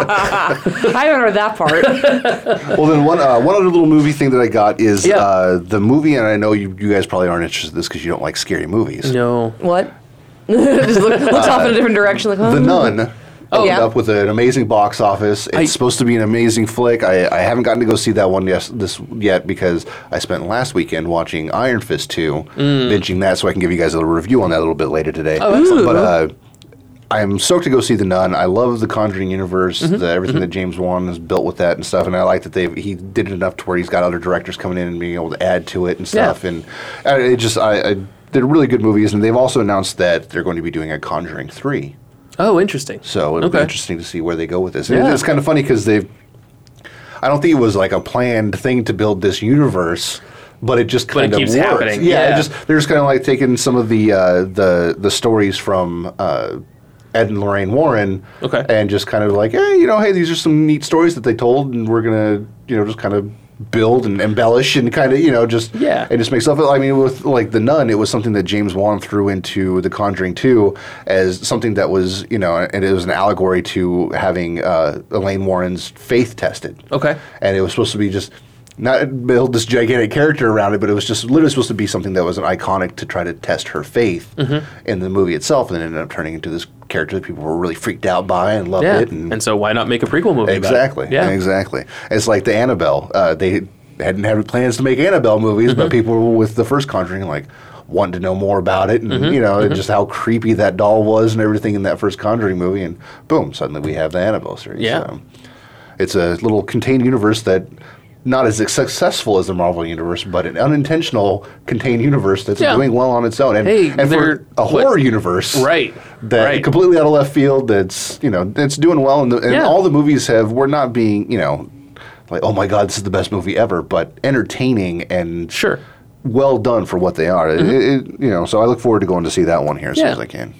Speaker 2: I haven't heard that part.
Speaker 1: Well, then one uh, one other little movie thing that I got is
Speaker 3: Yeah.
Speaker 1: uh, the movie, and I know you, you guys probably aren't interested in this because you don't like scary movies.
Speaker 3: no.
Speaker 2: what? Just look, looks off in a different direction. Like,
Speaker 1: The
Speaker 2: oh.
Speaker 1: Nun. opened
Speaker 2: yeah.
Speaker 1: up with an amazing box office. It's
Speaker 3: I-
Speaker 1: supposed to be an amazing flick. I, I haven't gotten to go see that one yes, this yet because I spent last weekend watching Iron Fist 2, binging that so I can give you guys a little review on that a little bit later today. Oh,
Speaker 2: Mm. excellent.
Speaker 1: But uh, I'm stoked to go see The Nun. I love the Conjuring universe,
Speaker 2: Mm-hmm.
Speaker 1: the, everything that James Wan has built with that and stuff. And I like that they he did it enough to where he's got other directors coming in and being able to add to it and
Speaker 3: Yeah.
Speaker 1: stuff. And uh, it just, I, I, they're really good movies. And they've also announced that they're going to be doing a Conjuring 3.
Speaker 3: Oh, interesting.
Speaker 1: So it'll be
Speaker 3: Okay.
Speaker 1: interesting to see where they go with this. And
Speaker 3: Yeah.
Speaker 1: It's kind of funny because they've. I don't think it was like a planned thing to build this universe, but it just
Speaker 3: it
Speaker 1: kind of
Speaker 3: keeps
Speaker 1: works.
Speaker 3: happening.
Speaker 1: Yeah, it
Speaker 3: Yeah.
Speaker 1: just they're just kind of like taking some of the uh, the the stories from. Uh, Ed and Lorraine Warren,
Speaker 3: Okay.
Speaker 1: and just kind of like, hey, you know, hey, these are some neat stories that they told, and we're gonna, you know, just kind of build and embellish and kind of, you know, just
Speaker 3: Yeah.
Speaker 1: it just makes up. I mean, with like the Nun, it was something that James Wan threw into The Conjuring Two as something that was, you know, and it was an allegory to having uh, Elaine Warren's faith tested.
Speaker 3: Okay.
Speaker 1: and it was supposed to be just not build this gigantic character around it, but it was just literally supposed to be something that was an iconic to try to test her faith
Speaker 3: Mm-hmm.
Speaker 1: in the movie itself, and it ended up turning into this character that people were really freaked out by and loved
Speaker 3: Yeah.
Speaker 1: it.
Speaker 3: And, so why not make a prequel movie? about it?
Speaker 1: Exactly.
Speaker 3: Yeah.
Speaker 1: Exactly. It's like the Annabelle. Uh, they hadn't had plans to make Annabelle movies,
Speaker 3: Mm-hmm.
Speaker 1: but people were with the first Conjuring like wanted to know more about it, and
Speaker 3: Mm-hmm.
Speaker 1: you know and just how creepy that doll was and everything in that first Conjuring movie, and boom, suddenly we have the Annabelle series.
Speaker 3: Yeah.
Speaker 1: it's a little contained universe that. Not as successful as the Marvel universe, but an unintentional contained universe that's
Speaker 3: Yeah.
Speaker 1: doing well on its own, and,
Speaker 3: Hey,
Speaker 1: and
Speaker 3: they're-
Speaker 1: for a
Speaker 3: what-
Speaker 1: horror universe,
Speaker 3: Right.
Speaker 1: That
Speaker 3: Right.
Speaker 1: completely out of left field. That's you know, it's doing well, and, the, and
Speaker 3: Yeah.
Speaker 1: all the movies have. We're not being you know, like oh my god, this is the best movie ever, but entertaining and
Speaker 3: Sure. Mm-hmm.
Speaker 1: well done for what they are. It- It, it, you know, so I look forward to going to see that one here as
Speaker 3: Yeah.
Speaker 1: soon as I can.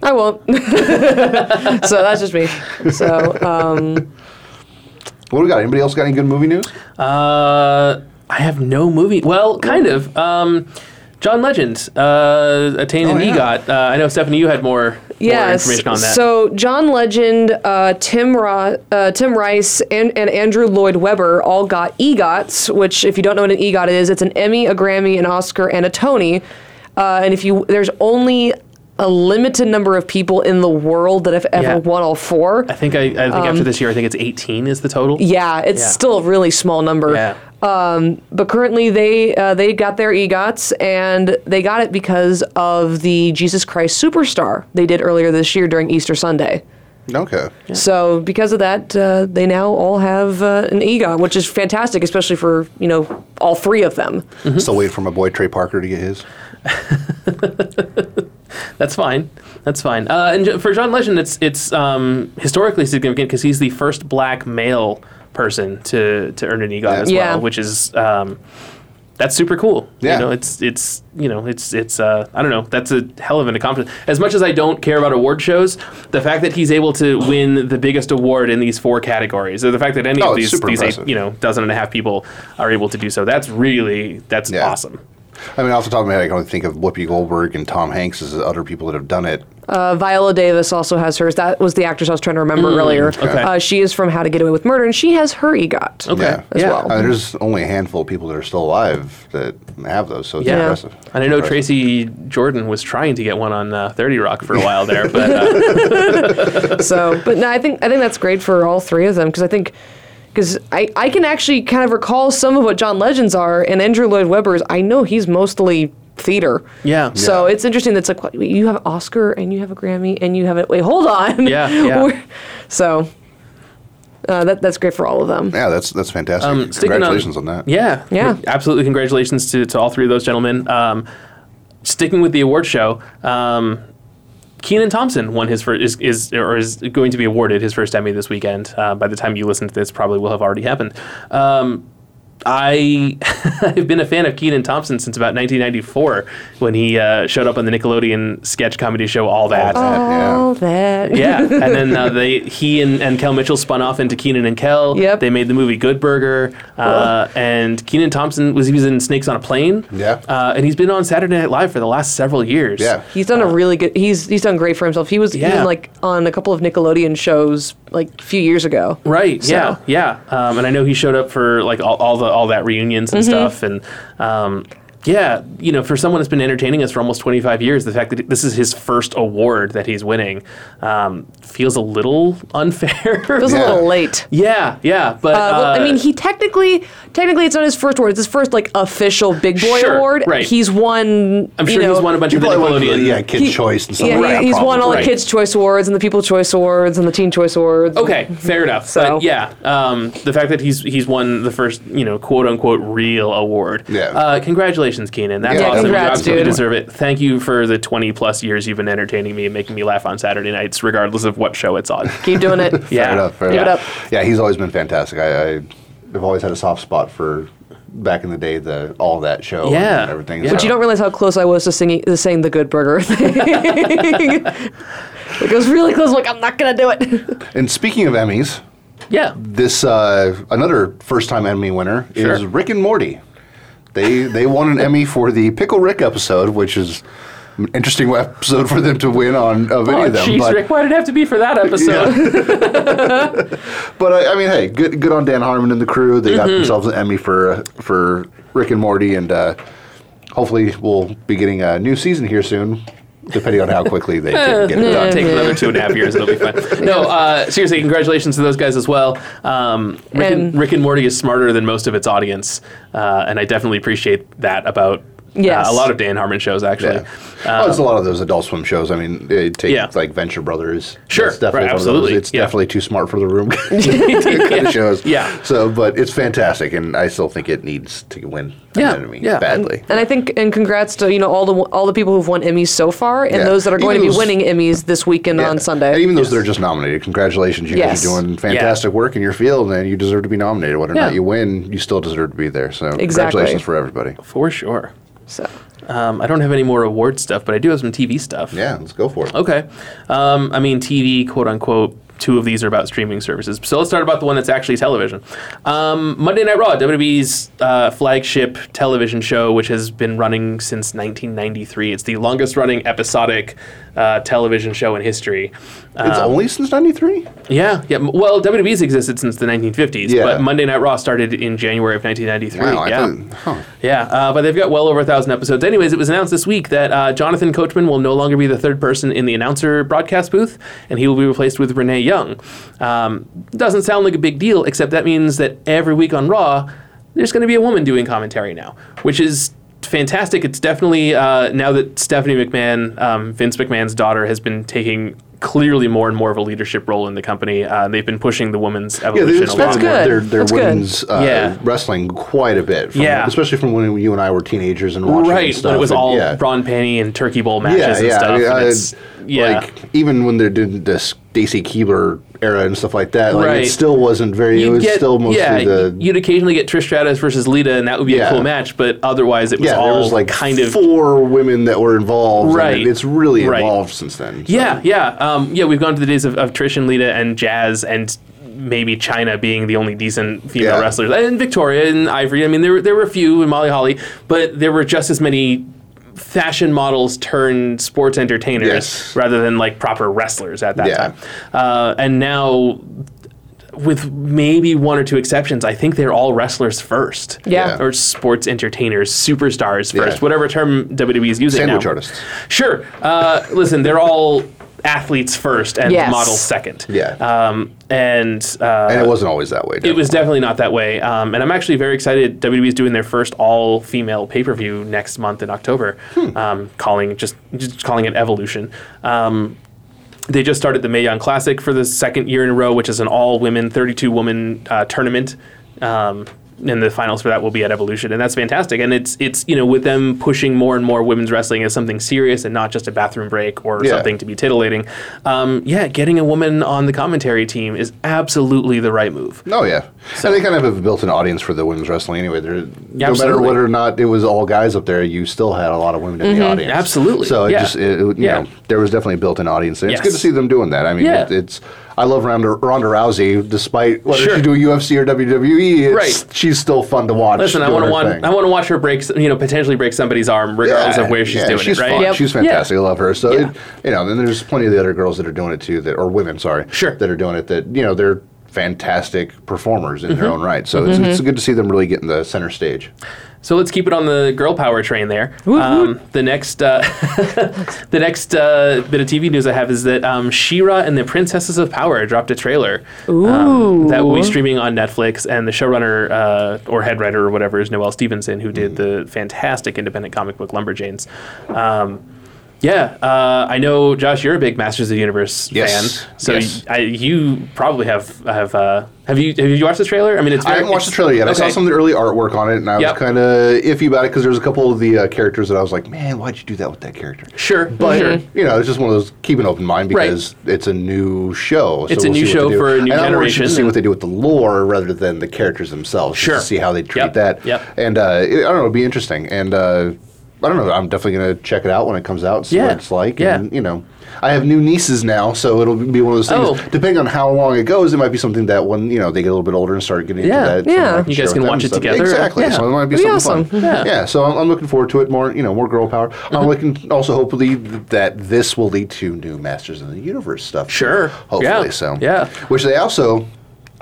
Speaker 2: I won't. so that's just me. So um,
Speaker 1: What do we got? Anybody else got any good movie news?
Speaker 3: Uh, I have no movie. Well, kind of. Um, John Legend uh, attained
Speaker 1: Oh,
Speaker 3: an
Speaker 1: yeah.
Speaker 3: EGOT. Uh, I know Stephanie, you had more, more
Speaker 2: yes.
Speaker 3: information on that.
Speaker 2: So John Legend, uh, Tim Ro- uh, Tim Rice, and, and Andrew Lloyd Webber all got EGOTs. Which, if you don't know what an EGOT is, it's an Emmy, a Grammy, an Oscar, and a Tony. Uh, and if you there's only a limited number of people in the world that have ever
Speaker 3: Yeah.
Speaker 2: won all four.
Speaker 3: I think I, I think after this year, I think it's 18 is the total.
Speaker 2: um, Yeah, it's
Speaker 3: Yeah.
Speaker 2: still a really small number.
Speaker 3: Yeah.
Speaker 2: but currently they uh, they got their egots and they got it because of the Jesus Christ Superstar they did earlier this year during Easter Sunday.
Speaker 1: Okay.
Speaker 2: So because of that, uh, they now all have uh, an egot, which is fantastic, especially for you know all three of them.
Speaker 3: Mm-hmm.
Speaker 1: Still waiting for my boy Trey Parker to get his.
Speaker 3: That's fine. That's fine. Uh, and j- for John Legend, it's it's um, historically significant because he's the first black male person to to earn an E EGOT as
Speaker 2: Yeah.
Speaker 3: well, which is um, that's super cool.
Speaker 1: Yeah.
Speaker 3: You know, it's it's you know it's it's uh, I don't know. That's a hell of an accomplishment. As much as I don't care about award shows, the fact that he's able to win the biggest award in these four categories, or the fact that any
Speaker 1: Oh,
Speaker 3: of
Speaker 1: it's
Speaker 3: these
Speaker 1: super
Speaker 3: these eight,
Speaker 1: impressive.
Speaker 3: you know dozen and a half people are able to do so, that's really that's
Speaker 1: Yeah.
Speaker 3: awesome.
Speaker 1: I mean, off the top of my head, I can only think of Whoopi Goldberg and Tom Hanks as other people that have done it.
Speaker 2: Uh, Viola Davis also has hers. That was the actress I was trying to remember
Speaker 1: Mm-hmm.
Speaker 2: earlier.
Speaker 3: Mm, okay.
Speaker 2: Uh, she is from How to Get Away with Murder, and she has her egot.
Speaker 3: Okay.
Speaker 1: Yeah.
Speaker 2: As
Speaker 3: yeah.
Speaker 2: well.
Speaker 1: I mean, there's only a handful of people that are still alive that have those, so it's
Speaker 3: Yeah.
Speaker 1: impressive.
Speaker 3: And I know
Speaker 1: Impressive.
Speaker 3: Tracy Jordan was trying to get one on uh, 30 Rock for a while there, but uh,
Speaker 2: So, but no, I think I think that's great for all three of them because I think because I, I can actually kind of recall some of what John Legends are and Andrew Lloyd Webber's. I know he's mostly theater.
Speaker 3: Yeah.
Speaker 2: So
Speaker 1: Yeah.
Speaker 2: it's interesting. That's like what, you have an Oscar and you have a Grammy and you have it. Wait, hold on.
Speaker 3: Yeah, yeah.
Speaker 2: We're- so uh, that that's great for all of them.
Speaker 1: Yeah, that's that's fantastic.
Speaker 3: Um, sticking on-
Speaker 1: Congratulations on, that.
Speaker 3: Yeah.
Speaker 2: Yeah.
Speaker 3: Absolutely. Congratulations to, to all three of those gentlemen. Um, sticking with the award show, um, Keenan Thompson won his first is, is or is going to be awarded his first Emmy this weekend. Uh, by the time you listen to this, probably will have already happened. Um, I have been a fan of Keenan Thompson since about 1994 when he uh, showed up on the Nickelodeon sketch comedy show All
Speaker 1: Oh,
Speaker 3: That.
Speaker 2: All
Speaker 1: Yeah.
Speaker 2: that.
Speaker 3: Yeah, and then uh, they he and, and Kel Mitchell spun off into Keenan and Kel.
Speaker 2: Yep.
Speaker 3: They made the movie Good Burger, uh, and Keenan Thompson was he was in Snakes on a Plane.
Speaker 1: Yeah.
Speaker 3: uh, and he's been on Saturday Night Live for the last several years.
Speaker 1: Yeah.
Speaker 2: He's done a really good. He's he's done great for himself. He was
Speaker 3: Uh, Yeah.
Speaker 2: even like on a couple of Nickelodeon shows like a few years ago.
Speaker 3: Right.
Speaker 2: So-
Speaker 3: Yeah. Yeah. Um, and I know he showed up for like all, all the all that reunions
Speaker 2: Mm-hmm.
Speaker 3: and stuff. And um, yeah, you know, for someone that's been entertaining us for almost 25 years, the fact that this is his first award that he's winning um, feels a little unfair.
Speaker 2: It was
Speaker 1: Yeah.
Speaker 2: a little late.
Speaker 3: yeah. Yeah. But
Speaker 2: Uh, well, I
Speaker 3: uh,
Speaker 2: mean, he technically, technically, it's not his first award. It's his first like official big boy
Speaker 3: Sure,
Speaker 2: award.
Speaker 3: right.
Speaker 2: He's won.
Speaker 3: I'm sure
Speaker 2: you know,
Speaker 3: he's won a bunch
Speaker 1: You
Speaker 3: of the
Speaker 1: probably won the
Speaker 3: Nickelodeon.
Speaker 1: yeah, kid choice and stuff.
Speaker 2: Yeah,
Speaker 1: like that,
Speaker 2: he, he's won
Speaker 1: probably.
Speaker 2: all
Speaker 3: Right.
Speaker 2: the Kids' Choice Awards and the People's Choice Awards and the Teen Choice Awards.
Speaker 3: Okay, fair enough.
Speaker 2: So-
Speaker 3: But yeah, um, the fact that he's he's won the first you know quote unquote real award.
Speaker 1: Yeah.
Speaker 3: Uh, congratulations, Keenan. That's
Speaker 1: Yeah,
Speaker 3: awesome. you
Speaker 2: congrats,
Speaker 3: absolutely
Speaker 2: dude.
Speaker 3: deserve it. Thank you for the 20 plus years you've been entertaining me and making me laugh on Saturday nights, regardless of what show it's on.
Speaker 2: keep doing it.
Speaker 3: Yeah.
Speaker 1: Fair enough. Fair
Speaker 2: Give it
Speaker 1: enough.
Speaker 2: up.
Speaker 1: Yeah, he's always been fantastic. I, I have always had a soft spot for back in the day the all that show
Speaker 3: Yeah.
Speaker 1: and everything.
Speaker 3: Yeah.
Speaker 2: But you don't realize how close I was to singing, to saying the Good Burger thing. like I was really close. Like I'm not gonna do it.
Speaker 1: and speaking of Emmys,
Speaker 3: Yeah.
Speaker 1: this uh, another first time Emmy winner is
Speaker 3: Sure.
Speaker 1: Rick and Morty. They they won an Emmy for the Pickle Rick episode, which is an interesting episode for them to win on of any
Speaker 3: Oh,
Speaker 1: of them.
Speaker 3: jeez,
Speaker 1: but
Speaker 3: Rick, why did it have to be for that episode?
Speaker 1: but I, I mean, hey, good good on Dan Harmon and the crew. They
Speaker 3: Mm-hmm.
Speaker 1: got themselves an Emmy for uh, for Rick and Morty, and uh, hopefully we'll be getting a new season here soon, depending on how quickly they can get it
Speaker 3: Uh,
Speaker 1: done.
Speaker 3: Take another two and a half years, it'll be fine. No, uh, seriously, congratulations to those guys as well. Um, Rick, and,
Speaker 2: And-
Speaker 3: Rick and Morty is smarter than most of its audience, uh, and I definitely appreciate that about uh,
Speaker 2: Yes.
Speaker 3: a lot of Dan Harmon shows, actually.
Speaker 1: Yeah. oh, it's a lot of those Adult Swim shows. I mean, they take
Speaker 3: Um, Yeah.
Speaker 1: like Venture Brothers.
Speaker 3: Sure.
Speaker 1: That's definitely
Speaker 3: Right,
Speaker 1: one of those.
Speaker 3: absolutely.
Speaker 1: It's
Speaker 3: Yeah.
Speaker 1: definitely too smart for the room kind of shows.
Speaker 3: Yeah.
Speaker 1: So, but it's fantastic, and I still think it needs to win. an
Speaker 3: Yeah.
Speaker 1: Emmy
Speaker 3: Yeah.
Speaker 1: Badly.
Speaker 2: And I think, and congrats to you know all the all the people who've won Emmys so far, and
Speaker 1: Yeah.
Speaker 2: those that are going
Speaker 1: Even
Speaker 2: to
Speaker 1: those-
Speaker 2: be winning Emmys this weekend
Speaker 1: Yeah.
Speaker 2: on Sunday.
Speaker 1: And even those that are just nominated, congratulations. You
Speaker 2: Yes.
Speaker 1: guys are doing fantastic work in your field and you deserve to be nominated. Whether or
Speaker 3: Yeah.
Speaker 1: not you win, you still deserve to be there. So
Speaker 2: Exactly.
Speaker 1: congratulations for everybody.
Speaker 3: For sure.
Speaker 2: so
Speaker 3: Um, I don't have any more award stuff, but I do have some TV stuff.
Speaker 1: Yeah, let's go for it.
Speaker 3: Okay. Um, I mean, TV, quote unquote, two of these are about streaming services. So let's start about the one that's actually television. Um, Monday Night Raw, WWE's uh, flagship television show, which has been running since 1993. It's the longest running episodic uh, television show in history. Uh,
Speaker 1: It's
Speaker 3: um,
Speaker 1: only since 93?
Speaker 3: Yeah, yeah. m- Well, WWE's existed since the 1950s,
Speaker 1: Yeah.
Speaker 3: but Monday Night Raw started in January of 1993.
Speaker 1: Wow. I
Speaker 3: yeah.
Speaker 1: thought, huh.
Speaker 3: Yeah, uh, but they've got well over a thousand episodes. Anyways, it was announced this week that uh, Jonathan Coachman will no longer be the third person in the announcer broadcast booth, and he will be replaced with Renee Young. Um, doesn't sound like a big deal, except that means that every week on Raw, there's going to be a woman doing commentary now, which is fantastic. It's definitely uh, now that Stephanie McMahon, um, Vince McMahon's daughter, has been taking clearly more and more of a leadership role in the company. Uh, they've been pushing the women's
Speaker 1: Yeah,
Speaker 3: evolution
Speaker 1: they've
Speaker 3: a lot
Speaker 1: expanded
Speaker 2: good.
Speaker 3: more.
Speaker 1: their, their
Speaker 2: That's good.
Speaker 1: women's uh,
Speaker 3: Yeah.
Speaker 1: wrestling quite a bit. From,
Speaker 3: Yeah.
Speaker 1: Especially from when you and I were teenagers and watching
Speaker 3: Right,
Speaker 1: and stuff.
Speaker 3: when it was
Speaker 1: and-
Speaker 3: all
Speaker 1: yeah.
Speaker 3: brawn panty and turkey bowl matches
Speaker 1: yeah,
Speaker 3: and
Speaker 1: yeah.
Speaker 3: stuff.
Speaker 1: I mean,
Speaker 3: and
Speaker 1: I-
Speaker 3: it's- yeah.
Speaker 1: Like even when they did this Stacy Keebler era and stuff like that, like
Speaker 3: Right.
Speaker 1: it still wasn't very. it
Speaker 3: You'd
Speaker 1: was
Speaker 3: get-
Speaker 1: still mostly
Speaker 3: yeah,
Speaker 1: the
Speaker 3: you'd occasionally get Trish Stratus versus Lita, and that would be a
Speaker 1: Yeah.
Speaker 3: cool match. But otherwise, it was
Speaker 1: yeah,
Speaker 3: all
Speaker 1: there was like
Speaker 3: kind of
Speaker 1: four women that were involved. and
Speaker 3: Right.
Speaker 1: it's really
Speaker 3: Right.
Speaker 1: evolved since then. so.
Speaker 3: Yeah, yeah, um, yeah. We've gone to the days of, of Trish and Lita and Jazz and maybe China being the only decent female
Speaker 1: Yeah.
Speaker 3: wrestlers, and Victoria and Ivory. I mean, there were there were a few and Molly Holly, but there were just as many fashion models turned sports entertainers
Speaker 1: Yes.
Speaker 3: rather than like proper wrestlers at that
Speaker 1: Yeah.
Speaker 3: time. Uh, and now. With maybe one or two exceptions, I think they're all wrestlers first.
Speaker 2: Yeah.
Speaker 3: Or sports entertainers, superstars first,
Speaker 1: Yeah.
Speaker 3: whatever term WWE E is using
Speaker 1: Sandwich
Speaker 3: now.
Speaker 1: artists.
Speaker 3: Sure. Uh, listen, they're all athletes first and
Speaker 2: Yes.
Speaker 3: models second.
Speaker 1: Yeah.
Speaker 3: Um, and uh,
Speaker 1: and it wasn't always that way.
Speaker 3: it was definitely not that way. Um, and I'm actually very excited. WWE is doing their first all female pay per view next month in October, um, calling just just calling it Evolution. Um, they just started the Mae Young Classic for the second year in a row, which is an all women, 32 woman uh, tournament. Um, and the finals for that will be at Evolution, and that's fantastic. And it's it's you know with them pushing more and more women's wrestling as something serious and not just a bathroom break or
Speaker 1: Yeah.
Speaker 3: something to be titillating. Um, yeah, getting a woman on the commentary team is absolutely the right move.
Speaker 1: Oh yeah, and they kind of have a built-in audience for the women's wrestling anyway. They're, no matter
Speaker 3: absolutely.
Speaker 1: whether or not it was all guys up there, you still had a lot of women in the audience.
Speaker 3: Mm-hmm. Absolutely,
Speaker 1: So it
Speaker 3: yeah.
Speaker 1: just it, it- you
Speaker 3: Yeah.
Speaker 1: know there was definitely a built-in audience there. It's
Speaker 3: Yes.
Speaker 1: good to see them doing that. I mean,
Speaker 3: Yeah.
Speaker 1: it, it's I love Ronda, Ronda Rousey, despite whether
Speaker 3: Sure.
Speaker 1: she do UFC or WWE. It's,
Speaker 3: Right.
Speaker 1: she's still fun to watch.
Speaker 3: Listen, I
Speaker 1: doing
Speaker 3: want to
Speaker 1: her
Speaker 3: want
Speaker 1: thing.
Speaker 3: I want to watch her break, you know, potentially break somebody's arm, regardless
Speaker 1: Yeah,
Speaker 3: of where she's
Speaker 1: yeah,
Speaker 3: doing
Speaker 1: she's
Speaker 3: it. Right?
Speaker 1: Fun.
Speaker 2: Yep.
Speaker 1: She's fantastic. I love her. So,
Speaker 3: Yeah.
Speaker 1: it, you know, then there's plenty of the other girls that are doing it too, that or women, sorry,
Speaker 3: Sure.
Speaker 1: that are doing it. That you know, they're fantastic performers in their
Speaker 3: Mm-hmm.
Speaker 1: own right. So it's, it's good to see them really getting the center stage.
Speaker 3: So let's keep it on the girl power train there. Um, the next, uh, the next uh, bit of TV news I have is that um, She-Ra and the Princesses of Power dropped a trailer um, that will be streaming on Netflix, and the showrunner uh, or head writer or whatever is Noelle Stevenson, who did the fantastic independent comic book Lumberjanes. Um, yeah, uh, I know Josh. You're a big Masters of the Universe
Speaker 1: Yes,
Speaker 3: fan, so
Speaker 1: yes.
Speaker 3: y- I- you probably have have uh, have you have you watched this trailer? I mean, it's
Speaker 1: I haven't
Speaker 3: very-
Speaker 1: watched the trailer yet. I saw
Speaker 3: Okay.
Speaker 1: some of the early artwork on it, and I
Speaker 3: Yep.
Speaker 1: was kind of iffy about it because there was a couple of the uh, characters that I was like, "Man, why'd you do that with that character?"
Speaker 3: Sure,
Speaker 1: But
Speaker 3: sure.
Speaker 1: you know, it's just one of those keep an open mind
Speaker 3: Right.
Speaker 1: because it's a new show. So
Speaker 3: It's a new
Speaker 1: see what
Speaker 3: show
Speaker 1: they do.
Speaker 3: for a new
Speaker 1: and I'm interested
Speaker 3: generation,
Speaker 1: to see
Speaker 3: and-
Speaker 1: what they do with the lore rather than the characters themselves. just
Speaker 3: Sure.
Speaker 1: to see how they treat
Speaker 3: Yep,
Speaker 1: that.
Speaker 3: yep.
Speaker 1: And uh, it- I don't know, it'll be interesting. And uh, I don't know, I'm definitely gonna check it out when it comes out, see
Speaker 3: Yeah,
Speaker 1: what it's like.
Speaker 3: yeah.
Speaker 1: And you know, I have new nieces now, so it'll be one of those things.
Speaker 3: Oh.
Speaker 1: Depending on how long it goes, it might be something that when you know they get a little bit older and start getting
Speaker 3: Yeah,
Speaker 1: into that. something
Speaker 2: yeah.
Speaker 1: I
Speaker 3: You
Speaker 1: share
Speaker 3: guys
Speaker 1: with
Speaker 3: can
Speaker 1: them
Speaker 3: watch
Speaker 1: and
Speaker 3: it
Speaker 1: stuff.
Speaker 3: together.
Speaker 1: Exactly.
Speaker 3: Yeah.
Speaker 1: So it might be
Speaker 2: That'd be
Speaker 1: something
Speaker 2: awesome.
Speaker 1: fun.
Speaker 3: Yeah. Mm-hmm.
Speaker 1: Yeah, so I'm, I'm looking forward to it more. You know, more girl power. I'm looking also hopefully that this will lead to new Masters of the Universe stuff.
Speaker 3: Sure.
Speaker 1: Hopefully,
Speaker 3: Yeah.
Speaker 1: so
Speaker 3: Yeah.
Speaker 1: Which they also.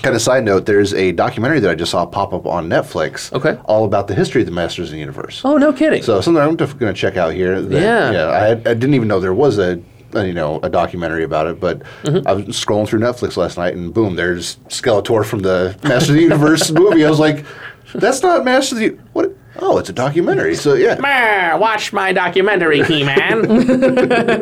Speaker 1: Kind of side note, there's a documentary that I just saw pop up on Netflix.
Speaker 3: Okay.
Speaker 1: All about the history of the Masters of the Universe.
Speaker 3: Oh, no kidding.
Speaker 1: So something I'm definitely going to check out here. that-
Speaker 3: Yeah.
Speaker 1: yeah. I, had- I didn't even know there was a, a, you know a documentary about it, but
Speaker 3: Mm-hmm.
Speaker 1: I was scrolling through Netflix last night and boom, there's Skeletor from the Master of the Universe movie. I was like, that's not Master of the what? Oh, it's a documentary. So yeah, to
Speaker 3: Meh, watch my documentary, He-Man.
Speaker 1: be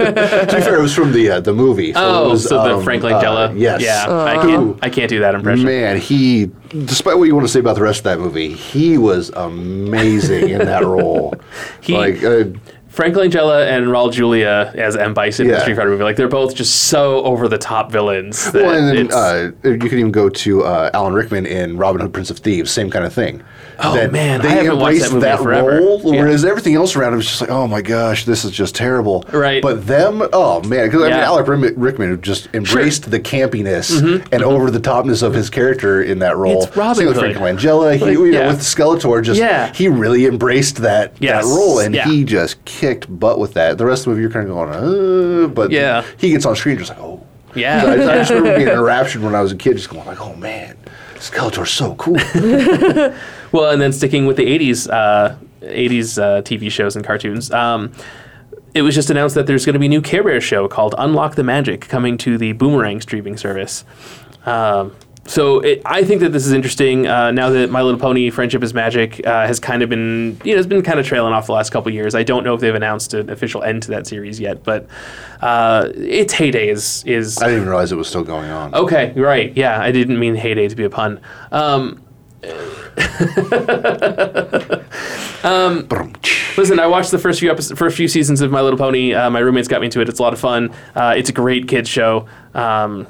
Speaker 1: fair, it was from the uh, the movie. So it
Speaker 3: oh,
Speaker 1: was,
Speaker 3: so
Speaker 1: um,
Speaker 3: the Frank
Speaker 1: uh,
Speaker 3: Langella.
Speaker 1: yes.
Speaker 3: Yeah, I can't. I can't do that impression.
Speaker 1: Man, he, despite what you want to say about the rest of that movie, he was amazing in that role.
Speaker 3: He-
Speaker 1: like, uh,
Speaker 3: Frank Langella and Raul Julia as M Bison in the
Speaker 1: Yeah.
Speaker 3: Street Fighter movie. Like they're both just so over the top villains. That
Speaker 1: Well, and then
Speaker 3: it's-
Speaker 1: uh, you could even go to uh, Alan Rickman in Robin Hood, Prince of Thieves, same kind of thing. Oh
Speaker 3: man, I haven't watched that movie in forever.
Speaker 1: role,
Speaker 3: Yeah.
Speaker 1: whereas everything else around it was just like, oh my gosh, this is just terrible.
Speaker 3: Right.
Speaker 1: But them, oh man, because I mean,
Speaker 3: Yeah. Mm-hmm.
Speaker 1: Alan Rickman- Rickman just embraced the campiness and over the topness of his character in that role.
Speaker 3: It's Robin
Speaker 1: Same with
Speaker 3: Hood.
Speaker 1: Frank Langella, he,
Speaker 3: Like,
Speaker 1: you know,
Speaker 3: yeah.
Speaker 1: with Skeletor, just
Speaker 3: Yeah.
Speaker 1: he really embraced that
Speaker 3: Yes,
Speaker 1: that role, and
Speaker 3: yeah.
Speaker 1: he just kicked butt with that. The rest of the movie, you're kind of going, uh, but
Speaker 3: Yeah.
Speaker 1: he gets on screen, just like, oh.
Speaker 3: yeah,
Speaker 1: I, I just remember being enraptured when I was a kid, just going like, "Oh man, Skeletor's so cool."
Speaker 3: Well, and then sticking with the 80s, uh, 80s uh, TV shows and cartoons, um, it was just announced that there's going to be a new Care Bear show called Unlock the Magic coming to the Boomerang streaming service. Um, so it, I think that this is interesting. Uh, now that My Little Pony: Friendship is Magic uh, has kind of been, you know, it's been kind of trailing off the last couple years. I don't know if they've announced an official end to that series yet, but uh, its heyday is is
Speaker 1: I didn't even realize it was still going on.
Speaker 3: Okay, right. Yeah, I didn't mean heyday to be a pun. Um,
Speaker 1: Brum, tsh.
Speaker 3: um, listen, I watched the first few episodes, first few seasons of My Little Pony. Uh, my roommates got me into it. It's a lot of fun. Uh, it's a great kids show. Um,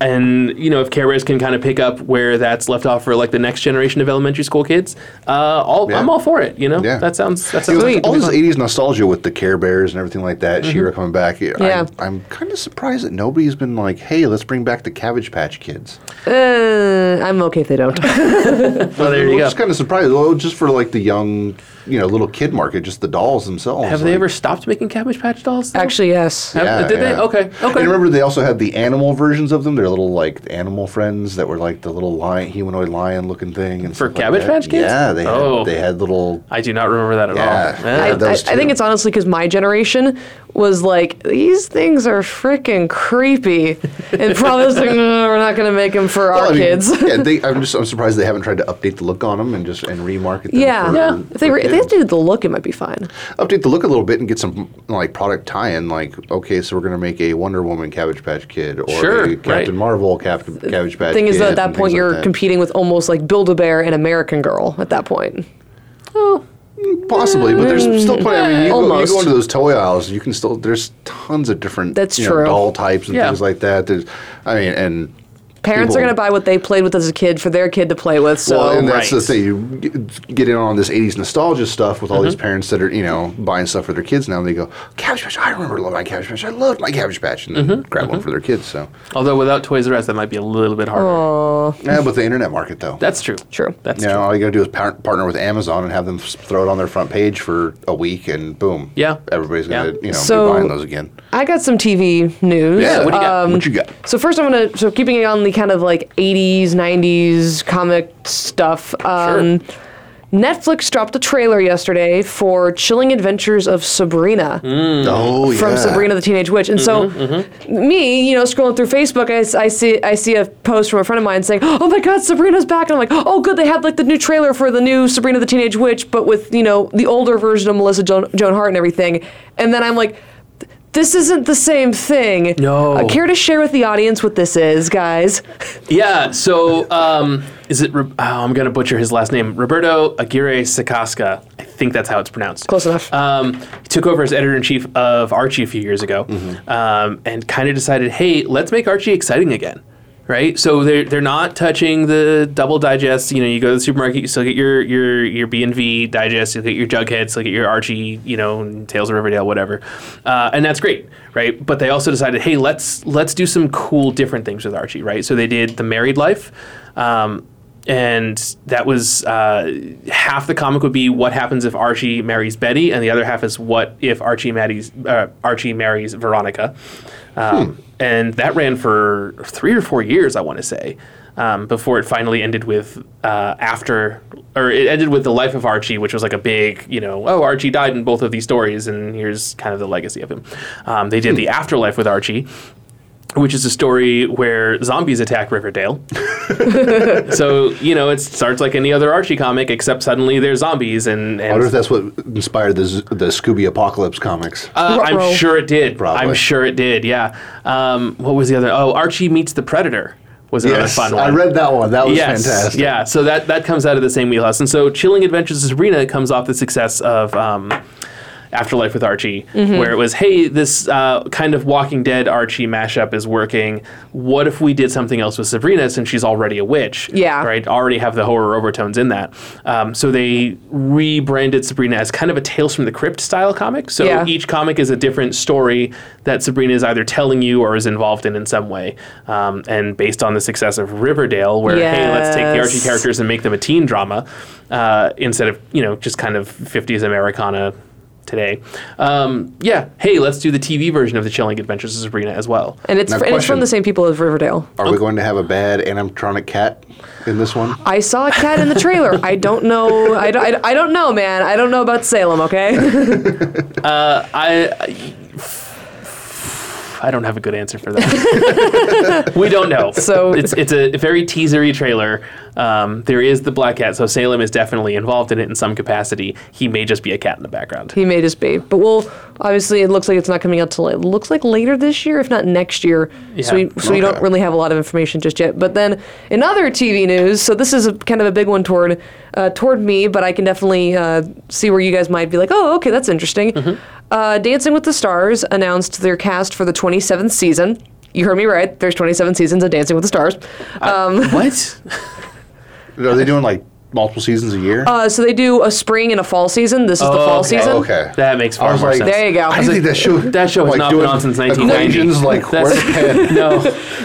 Speaker 3: and you know, if Care Bears can kind of pick up where that's left off for like the next generation of elementary school kids, uh, all,
Speaker 1: Yeah.
Speaker 3: I'm all for it. You know,
Speaker 1: Yeah.
Speaker 3: that sounds that
Speaker 1: You
Speaker 3: sounds
Speaker 1: know,
Speaker 3: like
Speaker 1: all
Speaker 3: something
Speaker 1: this
Speaker 3: fun.
Speaker 1: '80s nostalgia with the Care Bears and everything like that.
Speaker 3: Mm-hmm.
Speaker 1: She-Ra coming back. I,
Speaker 2: Yeah.
Speaker 1: I'm kind of surprised that nobody's been like, "Hey, let's bring back the Cabbage Patch Kids."
Speaker 2: Uh, I'm okay if they don't.
Speaker 3: Well, there you
Speaker 1: I'm
Speaker 3: go.
Speaker 1: just kind of surprised, well, just for like the young, you know, little kid market, just the dolls themselves.
Speaker 3: Have
Speaker 1: like-
Speaker 3: they ever stopped making Cabbage Patch dolls? though?
Speaker 2: Actually, yes.
Speaker 3: Have-
Speaker 1: Yeah,
Speaker 3: did they?
Speaker 1: yeah.
Speaker 3: Okay, okay.
Speaker 1: And remember, they also had the animal versions of them. They're their little like animal friends that were like the little lion, humanoid lion looking thing. And
Speaker 3: For
Speaker 1: stuff like
Speaker 3: Cabbage
Speaker 1: that.
Speaker 3: Patch Kids?
Speaker 1: Yeah, they had,
Speaker 3: Oh.
Speaker 1: they had little.
Speaker 3: I do not remember that at
Speaker 1: Yeah.
Speaker 3: all. Eh.
Speaker 1: Yeah,
Speaker 2: I, I, I
Speaker 1: those two.
Speaker 2: think it's honestly because my generation was like, these things are freaking creepy. And probably was like, "No, we're not going to make them for our
Speaker 1: Well, I mean,
Speaker 2: kids.
Speaker 1: yeah, they, I'm just I'm surprised they haven't tried to update the look on them and just and remarket them.
Speaker 2: Yeah.
Speaker 1: for-
Speaker 2: If they,
Speaker 1: for
Speaker 2: were, if they
Speaker 1: kids.
Speaker 2: just did the look, it might be fine.
Speaker 1: update the look a little bit and get some like product tie-in. Like, okay, so we're gonna make a Wonder Woman Cabbage Patch Kid or
Speaker 3: Sure,
Speaker 1: a Captain
Speaker 3: right.
Speaker 1: Marvel Cap- Cabbage Patch.
Speaker 2: Thing is,
Speaker 1: Kid
Speaker 2: though, at that
Speaker 1: and
Speaker 2: point,
Speaker 1: things
Speaker 2: you're
Speaker 1: like that.
Speaker 2: competing with almost like Build a Bear and American Girl at that point.
Speaker 1: possibly, but there's
Speaker 3: Mm.
Speaker 1: still plenty. I mean, you, go, you
Speaker 2: Almost.
Speaker 1: go into those toy aisles, you can still there's tons of different
Speaker 2: That's
Speaker 1: you know,
Speaker 2: true.
Speaker 1: doll types and
Speaker 3: Yeah.
Speaker 1: things like that. There's, I mean, and
Speaker 2: Parents are
Speaker 1: People-
Speaker 2: going to buy what they played with as a kid for their kid to play with. So
Speaker 1: well, and that's
Speaker 3: Oh, right.
Speaker 1: the thing. You g- get in on this '80s nostalgia stuff with all
Speaker 3: Mm-hmm.
Speaker 1: these parents that are, you know, buying stuff for their kids now. And they go, "Cabbage Patch! I remember loving my Cabbage Patch. I loved my Cabbage Patch," and then
Speaker 3: Mm-hmm.
Speaker 1: grab one for their kids. So,
Speaker 3: Although without Toys R Us, that might be a little bit harder.
Speaker 1: yeah, but the internet market though.
Speaker 3: That's true.
Speaker 2: Oh. True.
Speaker 3: That's
Speaker 1: you know,
Speaker 3: true.
Speaker 1: all you gotta do is par- partner with Amazon and have them s- throw it on their front page for a week, and boom,
Speaker 3: Yeah.
Speaker 1: everybody's gonna,
Speaker 3: Yeah.
Speaker 1: you know,
Speaker 2: So-
Speaker 1: be buying those again.
Speaker 2: I got some TV news.
Speaker 1: Yeah,
Speaker 3: what do you got?
Speaker 1: what you got?
Speaker 2: So first, I'm gonna so keeping it on the kind of like '80s, '90s comic stuff. Um, Netflix dropped a trailer yesterday for Chilling Adventures of Sabrina
Speaker 1: Oh yeah,
Speaker 2: Mm.
Speaker 1: Mm-hmm,
Speaker 2: from Sabrina the Teenage Witch, and so me, you know, scrolling through Facebook, I, s- I see I see a post from a friend of mine saying, "Oh my God, Sabrina's back!" And I'm like, "Oh good, they have like the new trailer for the new Sabrina the Teenage Witch, but with you know the older version of Melissa Joan, Joan Hart and everything." And then I'm like. This isn't the same thing.
Speaker 3: No.
Speaker 2: Uh, care to share with the audience what this is, guys?
Speaker 3: Yeah. So, um, is it? Ro- Oh, I'm gonna butcher his last name. Roberto Aguirre Sacasca. I think that's how it's pronounced.
Speaker 2: Close enough.
Speaker 3: Um, he took over as editor in chief of Archie a few years ago, um, and kind of decided, hey, let's make Archie exciting again. Right, so they're they're not touching the double digest. You know, you go to the supermarket, you still get your your your B and V digest, you get your Jughead, still get your Archie, you know, and Tales of Riverdale, whatever, uh, and that's great, right? But they also decided, hey, let's let's do some cool different things with Archie, right? So they did the Married Life, um, and that was uh, half the comic would be what happens if Archie marries Betty, and the other half is what if Archie marries uh, Archie marries Veronica, um, and that ran for three or four years, I want to say, um, before it finally ended with uh, after or it ended with the life of Archie, which was like a big you know oh Archie died in both of these stories, and here's kind of the legacy of him. Um, they did the afterlife with Archie. Which is a story where zombies attack Riverdale so you know it starts like any other archie comic except suddenly there's zombies and,
Speaker 1: I wonder if
Speaker 3: and
Speaker 1: that's what inspired the Z- the Scooby Apocalypse comics.
Speaker 3: uh,
Speaker 2: Ruh-roh.
Speaker 3: i'm sure it did i'm
Speaker 1: Probably.
Speaker 3: sure it did yeah um, what was the other oh archie meets the predator was another fun one
Speaker 1: I read that one. That was
Speaker 3: yes,
Speaker 1: fantastic.
Speaker 3: Yeah, so that, that comes out of the same wheelhouse. And so Chilling Adventures of Sabrina comes off the success of um, Afterlife with Archie,
Speaker 2: Mm-hmm.
Speaker 3: where it was, hey, this uh, kind of Walking Dead Archie mashup is working. What if we did something else with Sabrina since she's already a witch?
Speaker 2: Yeah.
Speaker 3: Right? Already have the horror overtones in that. Um, so they rebranded Sabrina as kind of a Tales from the Crypt style comic. So
Speaker 2: Yeah.
Speaker 3: each comic is a different story that Sabrina is either telling you or is involved in in some way. Um, and based on the success of Riverdale, where where, hey, let's take the Archie
Speaker 2: Yes.
Speaker 3: characters and make them a teen drama uh, instead of you know just kind of 50s Americana today. Um, yeah, hey, let's do the TV version of the Chilling Adventures of Sabrina as well.
Speaker 2: And it's,
Speaker 1: Now,
Speaker 2: fr- and it's from
Speaker 1: question.
Speaker 2: the same people as Riverdale.
Speaker 1: Are we going to have a bad animatronic cat in this one?
Speaker 2: I saw a cat in the trailer. I don't know. I don't, I don't- I don't know, man. I don't know about Salem, okay?
Speaker 3: I. I I don't have a good answer for that. we don't know.
Speaker 2: So-
Speaker 3: it's it's a very teasery trailer. Um, there is the black cat, so Salem is definitely involved in it in some capacity. He may just be a cat in the background.
Speaker 2: he may just be. But we'll obviously it looks like it's not coming out till it looks like later this year, if not next year. So we
Speaker 3: Yeah.
Speaker 2: so we don't
Speaker 1: Okay.
Speaker 2: really have a lot of information just yet. But then in other TV news, so this is a, kind of a big one toward uh, toward me, but I can definitely uh, see where you guys might be like, oh, okay, that's interesting.
Speaker 3: Mm-hmm.
Speaker 2: Uh, Dancing with the Stars announced their cast for the 27th season. You heard me right. There's 27 seasons of Dancing with the Stars. Um,
Speaker 3: what?
Speaker 1: Are they doing like multiple seasons a year?
Speaker 2: Uh, so they do a spring and a fall season. This is the fall
Speaker 3: Oh, okay.
Speaker 2: season.
Speaker 1: okay,
Speaker 3: That makes far
Speaker 1: I was
Speaker 3: more
Speaker 1: like,
Speaker 3: sense.
Speaker 2: There you go.
Speaker 1: I didn't think that show
Speaker 3: That show has not been
Speaker 1: doing
Speaker 3: on since 1990.
Speaker 1: equations, Like
Speaker 3: That's-
Speaker 1: where's the pen?
Speaker 3: no.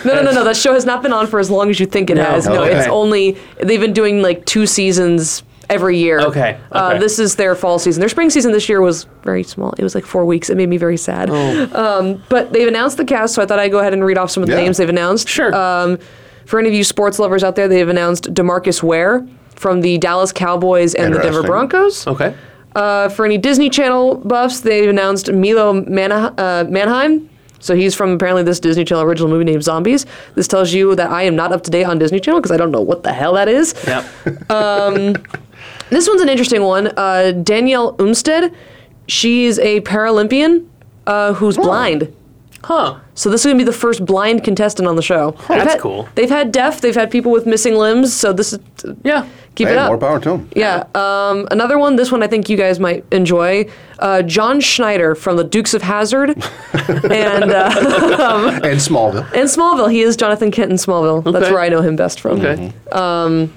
Speaker 2: No, no, no, no. That show has not been on for as long as you think it
Speaker 3: No.
Speaker 2: has. No,
Speaker 3: Okay.
Speaker 2: it's only they've been doing like two seasons every year.
Speaker 3: Okay,
Speaker 2: Uh,
Speaker 3: okay.
Speaker 2: this is their fall season. Their spring season this year was very small. It was like four weeks. It made me very sad.
Speaker 3: Oh.
Speaker 2: Um, but they've announced the cast, so I thought I'd go ahead and read off some of the
Speaker 1: Yeah.
Speaker 2: names they've announced.
Speaker 3: Sure.
Speaker 2: Um, for any of you sports lovers out there, they've announced Demarcus Ware from the Dallas Cowboys and the Denver
Speaker 1: Interesting.
Speaker 2: Broncos.
Speaker 3: Okay.
Speaker 2: Uh, for any Disney Channel buffs, they've announced Milo Mana- uh, Manheim. So he's from apparently this Disney Channel original movie named Zombies. This tells you that I am not up to date on Disney Channel because I don't know what the hell that is.
Speaker 3: Yeah.
Speaker 2: This one's an interesting one. Uh, Danielle Umstead, she's a Paralympian uh, who's blind.
Speaker 3: huh.
Speaker 2: So this is going to be the first blind contestant on the show. They've
Speaker 3: That's
Speaker 2: had-
Speaker 3: cool.
Speaker 2: They've had deaf, they've had people with missing limbs. So this is
Speaker 3: Yeah.
Speaker 2: keep
Speaker 1: Hey,
Speaker 2: it up.
Speaker 1: more power to him.
Speaker 2: Yeah. Um, another one. This one I think you guys might enjoy. Uh, John Schneider from the Dukes of Hazard, and uh,
Speaker 1: And Smallville.
Speaker 2: and Smallville. He is Jonathan Kent in Smallville. That's
Speaker 3: Okay.
Speaker 2: where I know him best from.
Speaker 3: Okay. Um,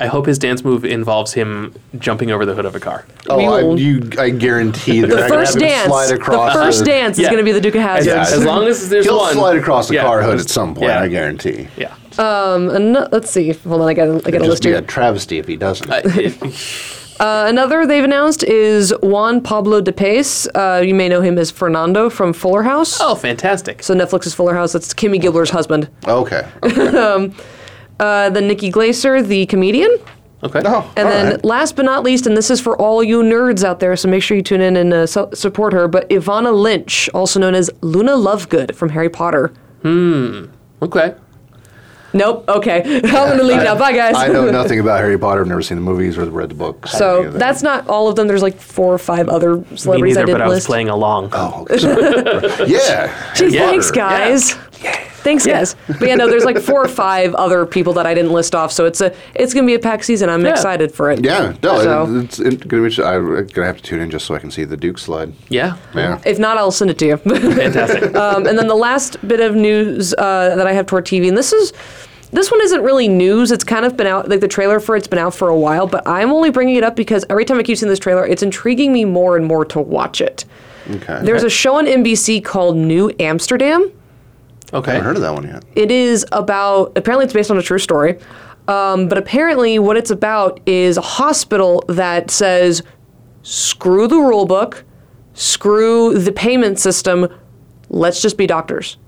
Speaker 3: I hope his dance move involves him jumping over the hood of a car.
Speaker 1: Oh,
Speaker 2: We
Speaker 1: I,
Speaker 2: will-
Speaker 1: you, I guarantee that
Speaker 2: The
Speaker 1: I
Speaker 2: first
Speaker 1: could have him
Speaker 2: dance.
Speaker 1: slide
Speaker 2: The
Speaker 1: across
Speaker 2: first
Speaker 1: a-
Speaker 2: dance is
Speaker 3: Yeah.
Speaker 2: going to be the Duke of Hazard.
Speaker 1: Yeah,
Speaker 3: As long as there's
Speaker 1: he'll
Speaker 3: one.
Speaker 1: slide across the
Speaker 3: Yeah.
Speaker 1: car hood at some point.
Speaker 3: Yeah.
Speaker 1: I guarantee.
Speaker 3: Yeah.
Speaker 2: Um, and no- let's see. Hold on. I got. I got a
Speaker 1: It'll just
Speaker 2: list
Speaker 1: be a
Speaker 2: here.
Speaker 1: travesty if he doesn't.
Speaker 3: I- it-
Speaker 2: Uh, another they've announced is Juan Pablo de Pace. Uh, you may know him as Fernando from Fuller House.
Speaker 3: oh, fantastic.
Speaker 2: So Netflix's Fuller House. That's Kimmy Gibbler's husband.
Speaker 1: okay. okay.
Speaker 2: Uh, then Nikki Glaser, the comedian.
Speaker 3: Okay.
Speaker 1: Oh,
Speaker 2: And
Speaker 1: all
Speaker 2: then,
Speaker 1: right.
Speaker 2: last but not least, and this is for all you nerds out there, so make sure you tune in and uh, su- support her. But Ivana Lynch, also known as Luna Lovegood from Harry Potter.
Speaker 3: Okay.
Speaker 2: Nope. Okay, I'm gonna leave now. Bye, guys.
Speaker 1: I know nothing about Harry Potter. I've never seen the movies or read the books. or any
Speaker 2: so
Speaker 1: of that.
Speaker 2: that's not all of them. There's like four or five other
Speaker 3: Me
Speaker 2: celebrities I
Speaker 3: neither,
Speaker 2: didn't
Speaker 3: but I was
Speaker 2: list.
Speaker 3: playing along.
Speaker 1: Oh, okay. Sorry. yeah.
Speaker 2: Gee,
Speaker 3: Yeah.
Speaker 2: Thanks,
Speaker 1: Potter.
Speaker 2: guys. Thanks, guys. But yeah, no, there's like four or five other people that I didn't list off. So it's a it's gonna be a packed season. I'm
Speaker 3: Yeah.
Speaker 2: excited for it.
Speaker 1: Yeah, no,
Speaker 2: So-
Speaker 1: it, it's it, gonna be. I'm gonna have to tune in just so I can see the Duke slide.
Speaker 3: Yeah.
Speaker 1: Yeah.
Speaker 2: If not, I'll send it to you.
Speaker 3: Fantastic.
Speaker 2: um, and then the last bit of news uh, that I have toward TV, and this is this one isn't really news. It's kind of been out, like the trailer for it's been out for a while, but I'm only bringing it up because every time I keep seeing this trailer, it's intriguing me more and more to watch it.
Speaker 1: Okay.
Speaker 2: There's a show on NBC called New Amsterdam.
Speaker 1: I
Speaker 3: Okay.
Speaker 1: haven't heard of that one yet.
Speaker 2: It is about apparently it's based on a true story, um, but apparently what it's about is a hospital that says, "Screw the rule book, screw the payment system, let's just be doctors."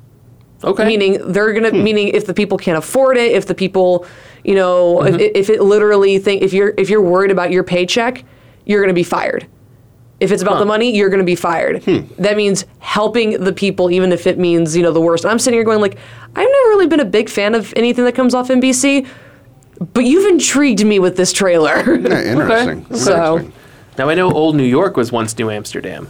Speaker 3: Okay.
Speaker 2: meaning they're gonna meaning if the people can't afford it if the people you know if, if it literally think if you're if you're worried about your paycheck you're gonna be fired if it's about the money you're gonna be fired that means helping the people even if it means you know the worst and i'm sitting here going like i've never really been a big fan of anything that comes off nbc but you've intrigued me with this trailer
Speaker 1: Yeah, interesting.
Speaker 2: So-
Speaker 1: Interesting.
Speaker 3: Now I know Old New York was once New Amsterdam,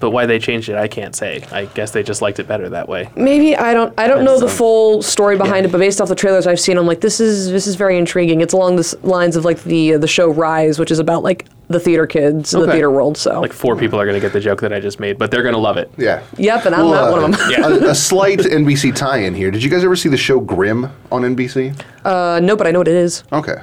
Speaker 3: but why they changed it, I can't say. I guess they just liked it better that way.
Speaker 2: maybe i don't i don't know the
Speaker 3: sounds-
Speaker 2: full story behind it but based off the trailers i've seen i'm like this is this is very intriguing it's along the s- lines of like the the show rise which is about like the theater kids and the
Speaker 3: Okay.
Speaker 2: theater world so
Speaker 3: Like four people are gonna get the joke that I just made, but they're gonna love it.
Speaker 1: Yeah. uh,
Speaker 2: Yep, and I'm not one of 'em.
Speaker 1: a, a slight NBC tie-in here. Did you guys ever see the show Grimm on NBC?
Speaker 2: uh, no but i know what it is
Speaker 1: Okay.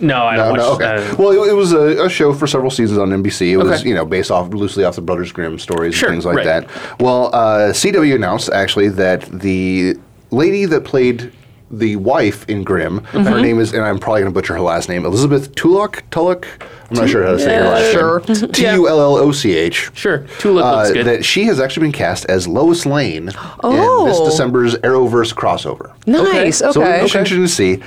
Speaker 3: No, I don't
Speaker 1: Oh,
Speaker 3: watch.
Speaker 1: no, okay.
Speaker 3: uh,
Speaker 1: well, it, it was a, a show for several seasons on NBC. It was,
Speaker 3: Okay.
Speaker 1: you know, based off loosely off the Brothers Grimm stories
Speaker 3: Sure,
Speaker 1: and things like
Speaker 3: right.
Speaker 1: that. Well, uh, CW announced actually that the lady that played the wife in Grimm,
Speaker 3: Mm-hmm.
Speaker 1: her name is, and I'm probably going to butcher her last name, Elizabeth Tulloch. Tulloch. I'm not sure how to say her last
Speaker 2: Sure.
Speaker 1: name. T U L L O C H.
Speaker 3: sure. Tulip looks
Speaker 1: Uh,
Speaker 3: good.
Speaker 1: that she has actually been cast as Lois Lane in this
Speaker 2: Oh.
Speaker 1: December's Arrowverse crossover.
Speaker 2: nice okay,
Speaker 1: So we're just interested to see.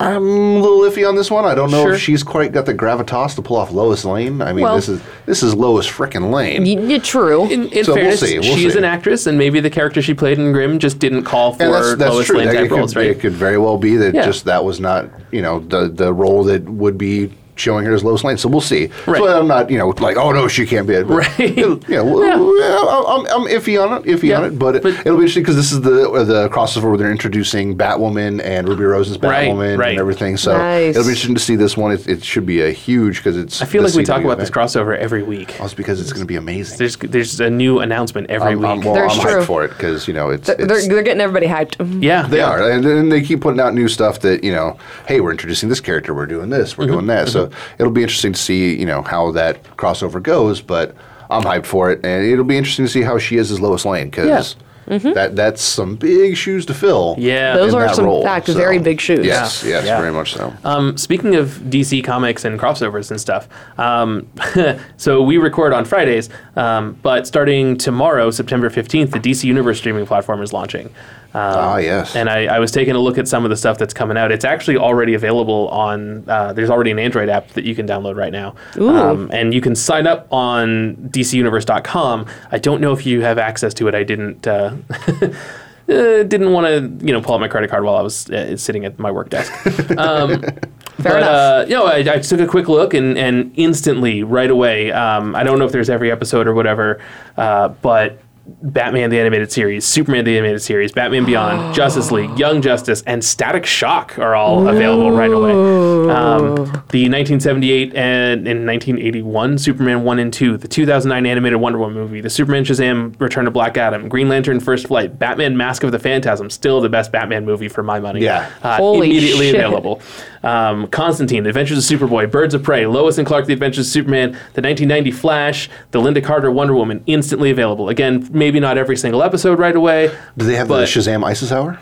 Speaker 1: I'm a little iffy on this one. I don't know
Speaker 3: Sure.
Speaker 1: if she's quite got the gravitas to pull off Lois Lane. I mean,
Speaker 2: Well-
Speaker 1: this is this is Lois frickin' Lane.
Speaker 2: Y- yeah, true
Speaker 3: in in
Speaker 1: so we'll
Speaker 3: fairness,
Speaker 1: see, we'll
Speaker 3: she's
Speaker 1: see.
Speaker 3: an actress, and maybe the character she played in Grimm just didn't call for
Speaker 1: and that's, that's
Speaker 3: Lois
Speaker 1: true.
Speaker 3: Lane
Speaker 1: That-
Speaker 3: type
Speaker 1: it, could,
Speaker 3: roles, right?
Speaker 1: it could very well be that
Speaker 3: Yeah.
Speaker 1: just that was not you know the the role that would be showing her as Lois Lane. So we'll see.
Speaker 3: Right.
Speaker 1: So I'm not you know like oh no she can't be it.
Speaker 3: Right.
Speaker 1: Yeah. Well, I'm, I'm iffy on it. Iffy
Speaker 3: Yeah,
Speaker 1: on it. But,
Speaker 3: but-
Speaker 1: it'll be interesting because this is the uh, the crossover where they're introducing Batwoman and Ruby Rose's
Speaker 3: Right,
Speaker 1: Batwoman
Speaker 3: right.
Speaker 1: and everything. So
Speaker 2: Nice.
Speaker 1: it'll be interesting to see this one. It, it should be a huge because it's.
Speaker 3: I feel
Speaker 1: the
Speaker 3: like we talk
Speaker 1: CW
Speaker 3: about this
Speaker 1: event.
Speaker 3: crossover every week.
Speaker 1: Oh, it's because it's going to be amazing.
Speaker 3: There's there's a new announcement every
Speaker 1: I'm,
Speaker 3: week.
Speaker 1: I'm, well,
Speaker 2: There's
Speaker 1: I'm
Speaker 2: true.
Speaker 1: hyped for it because you know it's.
Speaker 2: they're,
Speaker 1: it's-
Speaker 2: they're getting everybody hyped Mm,
Speaker 3: yeah,
Speaker 1: They are, and, and they keep putting out new stuff that you know. Hey, we're introducing this character. We're doing this. We're doing that. So it'll be interesting to see you know how that crossover goes. But I'm hyped for it, and it'll be interesting to see how she is as Lois Lane because
Speaker 3: Yeah.
Speaker 1: That that's some big shoes to fill.
Speaker 3: Yeah.
Speaker 2: Those
Speaker 1: in
Speaker 2: are
Speaker 1: that
Speaker 2: some
Speaker 1: role,
Speaker 2: fact very big shoes.
Speaker 1: Yes, yes,
Speaker 3: Yeah.
Speaker 1: very much so.
Speaker 3: Um, speaking of DC comics and crossovers and stuff, um, so we record on Fridays, um, but starting tomorrow, September 15th, the DC Universe streaming platform is launching. Um,
Speaker 1: Ah, yes.
Speaker 3: And I, I was taking a look at some of the stuff that's coming out. It's actually already available on, uh, there's already an Android app that you can download right now. Um, and you can sign up on dcuniverse.com. I don't know if you have access to it. I didn't. Uh, Uh, didn't want to, you know, pull out my credit card while I was uh, sitting at my work desk.
Speaker 2: Fair
Speaker 3: but,
Speaker 2: enough.
Speaker 3: Uh, you know, I, I took a quick look and, and instantly, right away, um, I don't know if there's every episode or whatever, uh, but Batman the Animated Series, Superman the Animated Series, Batman Beyond, Justice League, Young Justice, and Static Shock are all available right away. Um, the 1978 and in 1981 Superman 1 and 2, the 2009 animated Wonder Woman movie, the Superman Shazam Return to Black Adam, Green Lantern First Flight, Batman Mask of the Phantasm, still the best Batman movie for my money.
Speaker 1: Yeah.
Speaker 3: Uh,
Speaker 2: Holy
Speaker 3: immediately
Speaker 2: shit.
Speaker 3: available available. Um, Constantine, Adventures of Superboy, Birds of Prey, Lois and Clark, The Adventures of Superman, the 1990 Flash, the Linda Carter Wonder Woman, instantly available. Again, maybe not every single episode right away.
Speaker 1: Do they have the
Speaker 3: but-
Speaker 1: Shazam Isis Hour?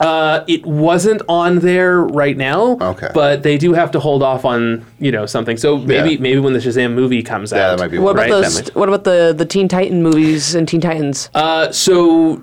Speaker 3: Uh, it wasn't on there right now.
Speaker 1: Okay.
Speaker 3: But they do have to hold off on you know something. So maybe
Speaker 1: Yeah.
Speaker 3: maybe when the Shazam movie comes out.
Speaker 1: Yeah, that might be
Speaker 2: What about
Speaker 3: right,
Speaker 2: those?
Speaker 3: that
Speaker 2: What about the the Teen Titan movies and Teen Titans?
Speaker 3: Uh, so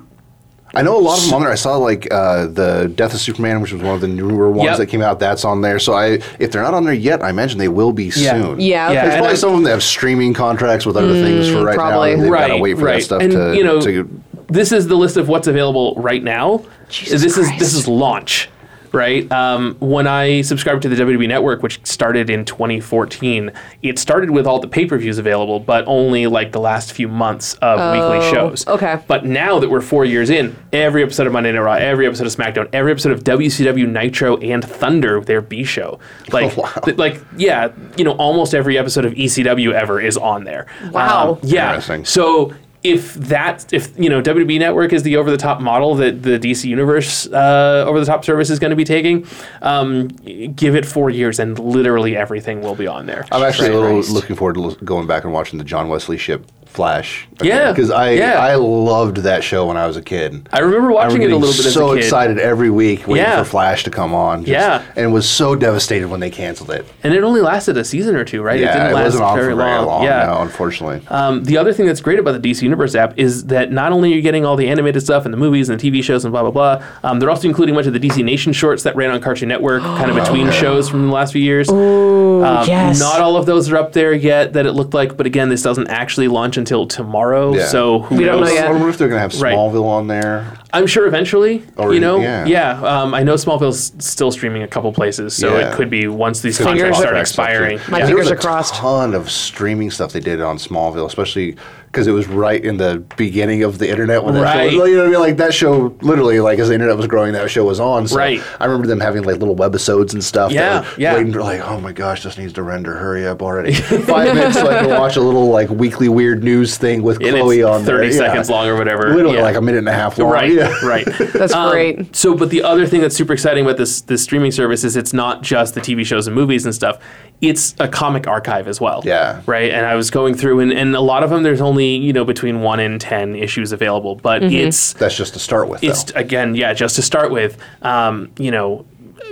Speaker 1: I know a lot of them on there. I saw like uh, the Death of Superman, which was one of the newer ones
Speaker 3: Yep.
Speaker 1: that came out. That's on there. So I, if they're not on there yet, I imagine they will be
Speaker 3: Yeah.
Speaker 1: soon.
Speaker 2: Yeah,
Speaker 3: Yeah,
Speaker 2: okay.
Speaker 1: There's
Speaker 3: and
Speaker 1: probably
Speaker 3: I- Mm,
Speaker 1: some of them that have streaming contracts with other things for right
Speaker 2: probably.
Speaker 1: now. and They've got
Speaker 3: Right,
Speaker 1: to wait for
Speaker 3: right.
Speaker 1: that stuff
Speaker 3: And,
Speaker 1: to,
Speaker 3: you know,
Speaker 1: to-
Speaker 3: this is the list of what's available right now.
Speaker 2: Jesus
Speaker 3: this is
Speaker 2: Christ.
Speaker 3: this is launch, right? Um, when I subscribed to the WWE Network, which started in 2014, it started with all the pay-per-views available, but only like the last few months of weekly shows.
Speaker 2: Oh, okay.
Speaker 3: But now that we're four years in, every episode of Monday Night Raw, every episode of SmackDown, every episode of WCW Nitro and Thunder, their B show, like,
Speaker 1: wow.
Speaker 3: th- like yeah, you know, almost every episode of ECW ever is on there. Um,
Speaker 2: Wow.
Speaker 3: yeah.
Speaker 1: Interesting.
Speaker 3: So if that, if you know, WB Network is the over-the-top model that the DC Universe uh, over-the-top service is going to be taking, um, give it four years and literally everything will be on there.
Speaker 1: I'm actually a little
Speaker 2: Christ.
Speaker 1: looking forward to l- going back and watching the John Wesley ship Flash.
Speaker 3: Yeah,
Speaker 1: because I
Speaker 3: yeah.
Speaker 1: I loved that show when I was a kid.
Speaker 3: I remember
Speaker 1: I
Speaker 3: watching it a
Speaker 1: remember
Speaker 3: little
Speaker 1: being
Speaker 3: bit
Speaker 1: so
Speaker 3: as a kid,
Speaker 1: excited every week waiting
Speaker 3: Yeah.
Speaker 1: for Flash to come on. just-
Speaker 3: Yeah.
Speaker 1: and was so devastated when they canceled it.
Speaker 3: and it only lasted a season or two, right?
Speaker 1: yeah,
Speaker 3: it didn't last
Speaker 1: wasn't on
Speaker 3: very,
Speaker 1: for
Speaker 3: long.
Speaker 1: very long.
Speaker 3: yeah,
Speaker 1: no, unfortunately.
Speaker 3: Um, the other thing that's great about the DC Universe app is that not only are you getting all the animated stuff and the movies and the TV shows and blah blah blah, um, they're also including a bunch of the DC Nation shorts that ran on Cartoon Network, kind
Speaker 1: Oh,
Speaker 3: of between shows from the last few years. Um,
Speaker 2: yes.
Speaker 3: Not all of those are up there yet that it looked like, but again, this doesn't actually launch until tomorrow,
Speaker 1: Yeah.
Speaker 3: so who
Speaker 2: We
Speaker 3: knows?
Speaker 2: don't know
Speaker 1: I
Speaker 2: yet.
Speaker 1: wonder if they're gonna have
Speaker 3: Right.
Speaker 1: Smallville on there.
Speaker 3: I'm sure eventually,
Speaker 1: Or-
Speaker 3: you know,
Speaker 1: yeah.
Speaker 3: um, I know Smallville's still streaming a couple places, so
Speaker 1: Yeah.
Speaker 3: it could be once these
Speaker 1: Fingers
Speaker 3: contracts
Speaker 2: are-
Speaker 3: start expiring.
Speaker 2: My
Speaker 3: yeah.
Speaker 1: There was
Speaker 2: fingers
Speaker 1: a
Speaker 2: are crossed.
Speaker 1: ton of streaming stuff they did on Smallville, especially because it was right in the beginning of the internet when that
Speaker 3: Right.
Speaker 1: show, you know what I mean? Like that show, literally, like as the internet was growing, that show was on. So
Speaker 3: Right.
Speaker 1: I remember them having like little webisodes and stuff.
Speaker 3: Yeah,
Speaker 1: that were
Speaker 3: yeah.
Speaker 1: Waiting for like, oh my gosh, this needs to render. Hurry up already! Five minutes so I can watch a little like weekly weird news thing with
Speaker 3: And
Speaker 1: Chloe
Speaker 3: it's
Speaker 1: on
Speaker 3: 30
Speaker 1: there. Yeah.
Speaker 3: seconds long or whatever.
Speaker 1: Literally
Speaker 3: Yeah.
Speaker 1: like a minute and a half long.
Speaker 3: Right,
Speaker 1: Yeah.
Speaker 3: right.
Speaker 2: That's
Speaker 3: Um,
Speaker 2: great.
Speaker 3: So, but the other thing that's super exciting about this this streaming service is it's not just the TV shows and movies and stuff. It's a comic archive as well.
Speaker 1: Yeah.
Speaker 3: Right. And I was going through, and, and a lot of them, there's only you know between one and ten issues available, but it's
Speaker 1: That's just to start with.
Speaker 3: it's
Speaker 1: though.
Speaker 3: again, yeah, just to start with, um, you know,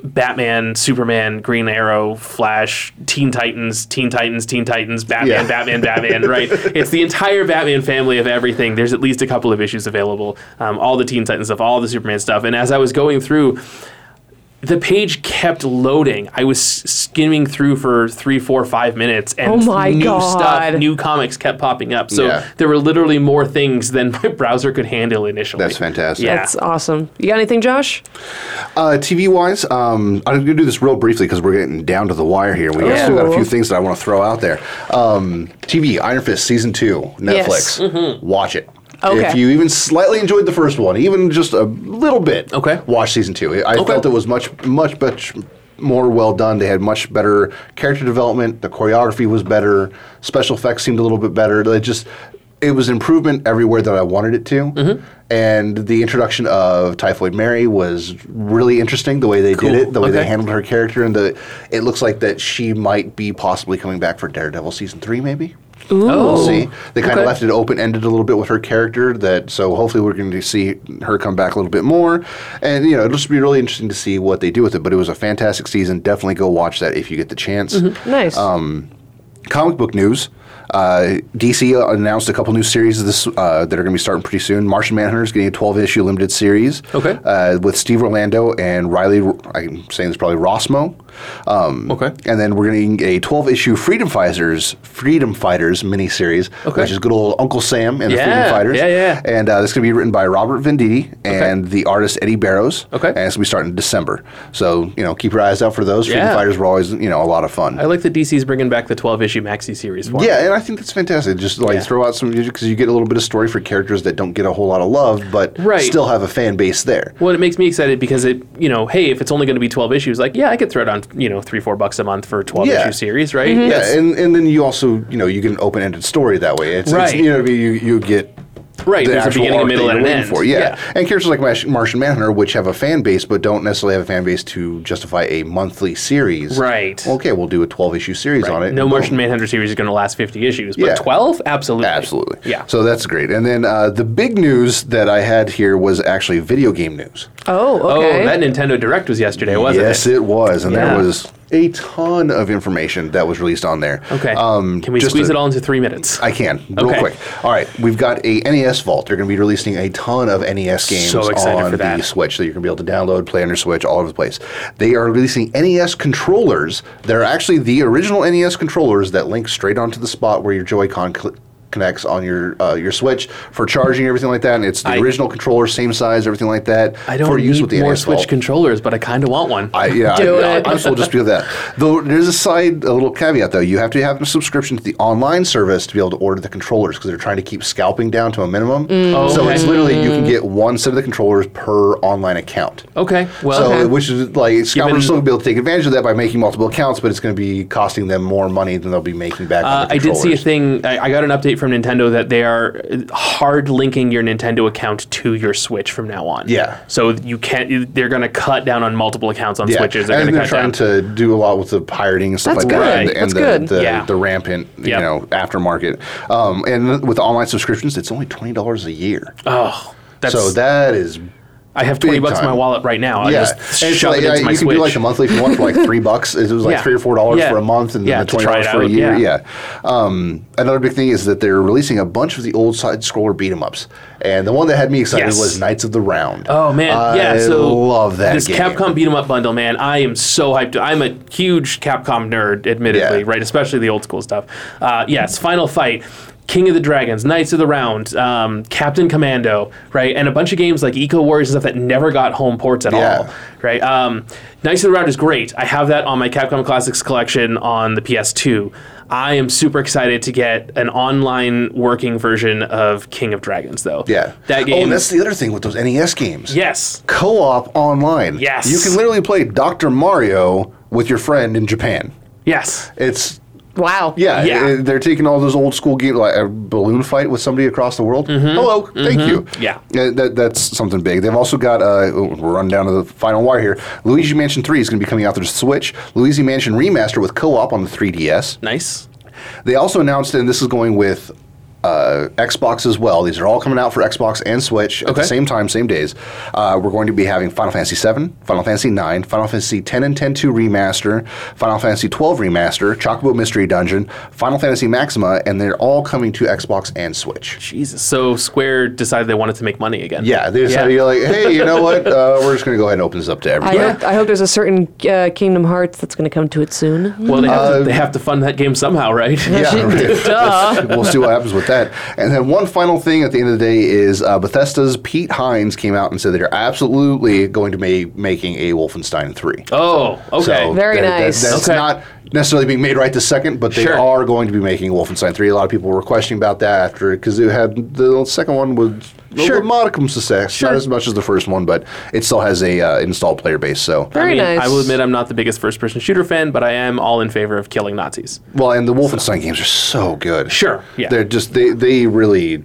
Speaker 3: Batman, Superman, Green Arrow, Flash, Teen Titans, Teen Titans, Teen Titans, Batman,
Speaker 1: Yeah.
Speaker 3: Batman, Batman, right? It's the entire Batman family of everything. There's at least a couple of issues available, um, all the Teen Titans stuff, all the Superman stuff. And as I was going through, the page kept loading. I was skimming through for three, four, five minutes, and
Speaker 2: Oh my
Speaker 3: new
Speaker 2: God.
Speaker 3: stuff, new comics kept popping up. So
Speaker 1: Yeah.
Speaker 3: there were literally more things than my browser could handle initially.
Speaker 1: That's fantastic.
Speaker 3: Yeah.
Speaker 2: That's awesome. You got anything, Josh?
Speaker 1: Uh, TV wise, um, I'm going to do this real briefly because we're getting down to the wire here. We
Speaker 2: Yeah.
Speaker 1: still got a
Speaker 2: Cool.
Speaker 1: few things that I want to throw out there. Um, TV, Iron Fist season two, Netflix. Watch it.
Speaker 2: Mm-hmm. Okay.
Speaker 1: If you even slightly enjoyed the first one, even just a little bit,
Speaker 3: Okay.
Speaker 1: watch season two. I
Speaker 3: Okay.
Speaker 1: felt it was much, much, much more well done. They had much better character development. The choreography was better. Special effects seemed a little bit better. They just it was improvement everywhere that I wanted it to.
Speaker 3: Mm-hmm.
Speaker 1: And the introduction of Typhoid Mary was really interesting. The way they
Speaker 3: Cool.
Speaker 1: did it, the way they
Speaker 3: Okay.
Speaker 1: handled her character, and the it looks like that she might be possibly coming back for Daredevil season three, maybe. We'll
Speaker 3: Oh.
Speaker 1: see. They kind of
Speaker 3: Okay.
Speaker 1: left it open ended a little bit with her character. That so hopefully we're going to see her come back a little bit more, and you know it'll just be really interesting to see what they do with it. But it was a fantastic season. Definitely go watch that if you get the chance.
Speaker 3: Mm-hmm.
Speaker 2: Nice.
Speaker 1: Um, Comic book news. Uh, DC announced a couple new series this, uh, that are going to be starting pretty soon. Martian Manhunter is getting a 12 issue limited series.
Speaker 3: Okay.
Speaker 1: Uh, with Steve Orlando and Riley, I'm saying this probably Rossmo.
Speaker 3: Okay.
Speaker 1: And then we're getting a 12 issue Freedom Fighters Freedom Fighters miniseries,
Speaker 3: Okay.
Speaker 1: which is good old Uncle Sam and the Freedom
Speaker 3: Yeah,
Speaker 1: Fighters.
Speaker 3: yeah, yeah.
Speaker 1: And uh, this is going to be written by Robert Venditti and the artist Eddie Barrows.
Speaker 3: Okay.
Speaker 1: And it's going to be starting in December. So, you know, keep your eyes out for those. Freedom
Speaker 3: Yeah.
Speaker 1: Fighters were always, you know, a lot of fun.
Speaker 3: I like that DC's bringing back the 12 issue maxi series form.
Speaker 1: Yeah, and I think that's fantastic. Just like
Speaker 3: Yeah.
Speaker 1: throw out some music because you get a little bit of story for characters that don't get a whole lot of love, but
Speaker 3: Right.
Speaker 1: still have a fan base there.
Speaker 3: Well, it makes me excited because it, you know, hey, if it's only going to be 12 issues, like, yeah, I could throw it on, you know, three, four bucks a month for a 12
Speaker 1: Yeah. Mm-hmm.
Speaker 3: issue series, right?
Speaker 1: Yeah,
Speaker 3: That's-
Speaker 1: and, and then you also you know you get an open ended story that way. It's, it's
Speaker 3: Right.
Speaker 1: you know what I mean, you you get
Speaker 3: right.
Speaker 1: the
Speaker 3: There's a
Speaker 1: actual
Speaker 3: beginning, a
Speaker 1: arc
Speaker 3: middle,
Speaker 1: that
Speaker 3: and an
Speaker 1: you're
Speaker 3: end.
Speaker 1: waiting for. Yeah. and characters like Mash- Martian Manhunter, which have a fan base but don't necessarily have a fan base to justify a monthly series.
Speaker 3: Right.
Speaker 1: Okay, we'll do a twelve issue series on it.
Speaker 3: No
Speaker 1: Boom.
Speaker 3: Martian Manhunter series is going to last 50 issues, but
Speaker 1: Yeah.
Speaker 3: 12? Absolutely.
Speaker 1: Absolutely.
Speaker 3: Yeah.
Speaker 1: So that's great. And then uh, the big news that I had here was actually video game news.
Speaker 2: oh, okay.
Speaker 3: Oh, that Nintendo Direct was yesterday, wasn't
Speaker 1: yes,
Speaker 3: it?
Speaker 1: it? was, and
Speaker 3: Yeah.
Speaker 1: there was a ton of information that was released on there.
Speaker 3: Okay.
Speaker 1: um,
Speaker 3: Can we
Speaker 1: just
Speaker 3: squeeze
Speaker 1: a-
Speaker 3: it all into three minutes?
Speaker 1: I can real
Speaker 3: Okay.
Speaker 1: quick. All right, we've got a NES vault. They're going to be releasing a ton of NES games
Speaker 3: So excited
Speaker 1: on
Speaker 3: for
Speaker 1: the
Speaker 3: that.
Speaker 1: Switch that you're going to be able to download, play on your Switch, all over the place. They are releasing NES controllers that are actually the original NES controllers that link straight onto the spot where your Joy-Con cl- connects on your uh, your Switch for charging everything like that. And it's the
Speaker 3: I-
Speaker 1: original controller, same size, everything like that.
Speaker 3: I don't
Speaker 1: for
Speaker 3: need
Speaker 1: use with the
Speaker 3: more
Speaker 1: NES
Speaker 3: Switch
Speaker 1: vault.
Speaker 3: controllers, but I kind of want one.
Speaker 1: I, yeah,
Speaker 2: Do
Speaker 1: I,
Speaker 2: it.
Speaker 1: I, am still just be with that. Though there's a side, a little caveat though. You have to have a subscription to the online service to be able to order the controllers because they're trying to keep scalping down to a minimum. So
Speaker 3: Mm. Okay. Mm.
Speaker 1: it's literally you can get one set of the controllers per online account.
Speaker 3: okay. Oh, Well,
Speaker 1: So,
Speaker 2: Okay.
Speaker 1: which is like scalpers
Speaker 3: Given-
Speaker 1: still gonna be able to take advantage of that by making multiple accounts, but it's going to be costing them more money than they'll be making back.
Speaker 3: Uh,
Speaker 1: on the
Speaker 3: I did see a
Speaker 1: controllers.
Speaker 3: thing. I, I got an update from Nintendo that they are uh, hard linking your Nintendo account to your Switch from now on.
Speaker 1: Yeah.
Speaker 3: So you can't. you- They're going to cut down on multiple accounts on
Speaker 1: Yeah,
Speaker 3: Switches. They're
Speaker 1: and
Speaker 3: going to
Speaker 1: they're
Speaker 3: cut
Speaker 1: trying
Speaker 3: down.
Speaker 1: to do a lot with the pirating and stuff
Speaker 2: That's
Speaker 1: like that, and,
Speaker 3: good.
Speaker 1: and
Speaker 2: That's good.
Speaker 1: the the,
Speaker 3: Yeah.
Speaker 1: the rampant
Speaker 3: Yep.
Speaker 1: you know aftermarket. Um, and with online subscriptions, it's only twenty dollars a year.
Speaker 3: oh, that's.
Speaker 1: so that is
Speaker 3: I have twenty
Speaker 1: big
Speaker 3: bucks in my
Speaker 1: time.
Speaker 3: wallet right now. I
Speaker 1: yeah.
Speaker 3: just
Speaker 1: And it's
Speaker 3: shove
Speaker 1: like,
Speaker 3: it
Speaker 1: uh,
Speaker 3: into
Speaker 1: you
Speaker 3: my
Speaker 1: can
Speaker 3: Switch.
Speaker 1: do like a monthly if you want for like three bucks. It was like
Speaker 3: Yeah.
Speaker 1: three or four dollars
Speaker 3: Yeah.
Speaker 1: for a month, and
Speaker 3: Yeah,
Speaker 1: then
Speaker 3: to
Speaker 1: the twenty
Speaker 3: try
Speaker 1: dollars
Speaker 3: it
Speaker 1: for a
Speaker 3: out,
Speaker 1: year.
Speaker 3: yeah.
Speaker 1: Yeah. Um, another big thing is that they're releasing a bunch of the old side scroller beat 'em ups, and the one that had me excited
Speaker 3: Yes.
Speaker 1: was Knights of the Round.
Speaker 3: Oh man, yeah.
Speaker 1: I
Speaker 3: So
Speaker 1: love that
Speaker 3: this
Speaker 1: game.
Speaker 3: Capcom beat 'em up bundle, man. I am so hyped. I'm a huge Capcom nerd, admittedly,
Speaker 1: Yeah.
Speaker 3: right? Especially the old school stuff. Uh, yes, Final Fight, King of the Dragons, Knights of the Round, um, Captain Commando, right? And a bunch of games like Eco Warriors and stuff that never got home ports at
Speaker 1: Yeah.
Speaker 3: all, right? Um, Knights of the Round is great. I have that on my Capcom Classics collection on the PS2. I am super excited to get an online working version of King of Dragons, though.
Speaker 1: Yeah.
Speaker 3: that
Speaker 1: Oh,
Speaker 3: game.
Speaker 1: and that's the other thing with those NES games.
Speaker 3: yes,
Speaker 1: co-op online.
Speaker 3: Yes.
Speaker 1: You can literally play Dr. Mario with your friend in Japan.
Speaker 3: yes.
Speaker 1: It's
Speaker 2: wow.
Speaker 1: yeah,
Speaker 3: Yeah.
Speaker 1: eh, they're taking all those old school games like a balloon fight with somebody across the world. Hello, thank you.
Speaker 3: Mm-hmm. Yeah.
Speaker 1: Eh, that, that's something big. They've also got uh, oh, we're running down to the final wire here. Luigi Mansion Three is going to be coming out to the Switch. Luigi Mansion Remaster with co-op on the 3DS.
Speaker 3: Nice.
Speaker 1: They also announced, and this is going with uh, Xbox as well. These are all coming out for Xbox and Switch at
Speaker 3: Okay.
Speaker 1: the same time, same days. Uh, we're going to be having Final Fantasy VII, Final Fantasy IX, Final Fantasy X and X Two Remaster, Final Fantasy XII Remaster, Chocobo Mystery Dungeon, Final Fantasy Maxima, and they're all coming to Xbox and Switch.
Speaker 3: Jesus. So Square decided they wanted to make money again.
Speaker 1: Yeah, they decided to be like, hey, you know what? Uh, we're just going to go ahead and open this up to
Speaker 2: I,
Speaker 1: everybody.
Speaker 2: hope, I hope there's a certain uh, Kingdom Hearts that's going to come to it soon.
Speaker 3: Well, they have, to, they have to fund that game somehow, right?
Speaker 1: um, Yeah, right.
Speaker 2: Duh.
Speaker 1: we'll see what happens with that. And then one final thing at the end of the day is uh, Bethesda's Pete Hines came out and said they're absolutely going to be making a Wolfenstein 3.
Speaker 3: Oh, okay.
Speaker 2: Very
Speaker 1: that- that-
Speaker 2: nice.
Speaker 1: that's
Speaker 3: Okay.
Speaker 1: not necessarily being made right this second, but they
Speaker 3: Sure.
Speaker 1: are going to be making Wolfenstein 3. A lot of people were questioning about that after because it had the second one was a little
Speaker 3: Sure.
Speaker 1: bit modicum success,
Speaker 3: Sure.
Speaker 1: not as much as the first one, but it still has a uh, installed player base. So
Speaker 3: I
Speaker 2: Very
Speaker 3: mean,
Speaker 2: nice.
Speaker 3: I will admit I'm not the biggest first-person shooter fan, but I am all in favor of killing Nazis.
Speaker 1: Well, and the Wolfenstein games are so good.
Speaker 3: Sure, yeah.
Speaker 1: They're just they they really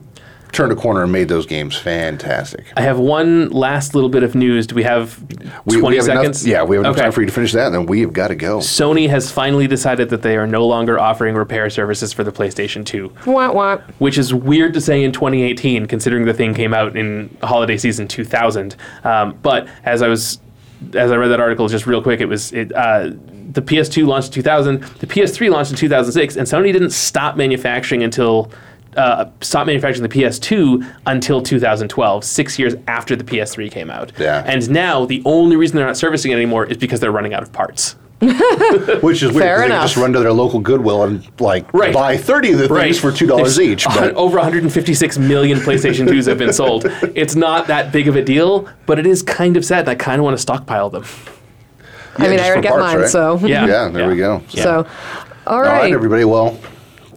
Speaker 1: turned a corner and made those games fantastic.
Speaker 3: I have one last little bit of news. Do we have
Speaker 1: We,
Speaker 3: 20
Speaker 1: we have
Speaker 3: seconds?
Speaker 1: Enough, yeah, we have enough
Speaker 3: Okay.
Speaker 1: time for you to finish that, and then we've got to go.
Speaker 3: Sony has finally decided that they are no longer offering repair services for the PlayStation 2,
Speaker 2: Wah, wah.
Speaker 3: which is weird to say in 2018, considering the thing came out in holiday season 2000. Um, but as I was, as I read that article, just real quick, it was it. Uh, the PS2 launched in 2000. The PS3 launched in 2006, and Sony didn't stop manufacturing until uh, stopped manufacturing the PS2 until 2012, six years after the PS3 came out.
Speaker 1: Yeah.
Speaker 3: And now the only reason they're not servicing it anymore is because they're running out of parts.
Speaker 1: Which is weird.
Speaker 2: Fair
Speaker 1: 'cause They
Speaker 2: enough.
Speaker 1: could just run to their local Goodwill and like
Speaker 3: Right.
Speaker 1: buy thirty of the things for two dollars
Speaker 3: There's
Speaker 1: each.
Speaker 3: a hun-
Speaker 1: But
Speaker 3: Over 156 million PlayStation 2s have been sold. It's not that big of a deal, but it is kind of sad. and I kind of want to stockpile them.
Speaker 1: Yeah,
Speaker 2: I mean,
Speaker 1: just
Speaker 2: I
Speaker 1: for
Speaker 2: already got
Speaker 1: parts,
Speaker 2: mine,
Speaker 1: right?
Speaker 2: so.
Speaker 3: Yeah.
Speaker 1: yeah, there we go.
Speaker 3: Yeah.
Speaker 2: So, all right.
Speaker 1: All right, everybody. Well,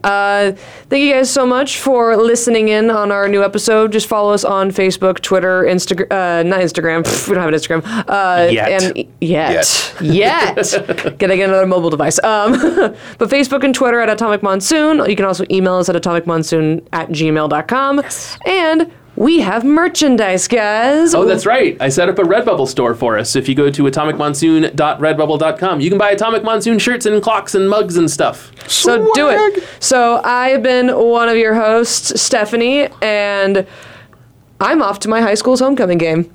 Speaker 2: Uh, thank you guys so much for listening in on our new episode. Just follow us on Facebook, Twitter, Instagram, uh, not Instagram. pff, we don't have an Instagram. Uh,
Speaker 3: Yet.
Speaker 2: And yet. Yet. Gotta get another mobile device. Um, but Facebook and Twitter at Atomic Monsoon. You can also email us at atomicmonsoon at gmail.com. And we have merchandise, guys.
Speaker 3: Oh, that's right. I set up a Redbubble store for us. If you go to atomicmonsoon.redbubble.com, you can buy Atomic Monsoon shirts and clocks and mugs and stuff.
Speaker 2: So do it. So I have been one of your hosts, Stephanie, and I'm off to my high school's homecoming game.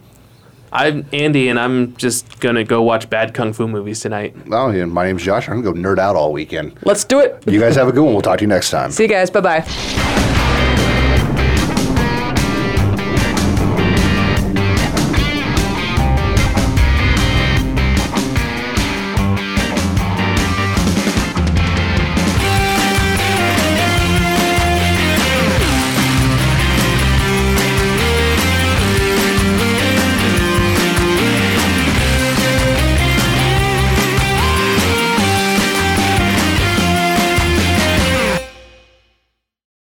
Speaker 3: I'm Andy, and I'm just going to go watch bad kung fu movies tonight.
Speaker 1: oh, yeah, my name's Josh. I'm gonna go nerd out all weekend.
Speaker 2: Let's do it.
Speaker 1: You guys have a good one. We'll talk to you next time.
Speaker 2: See you guys. Bye bye.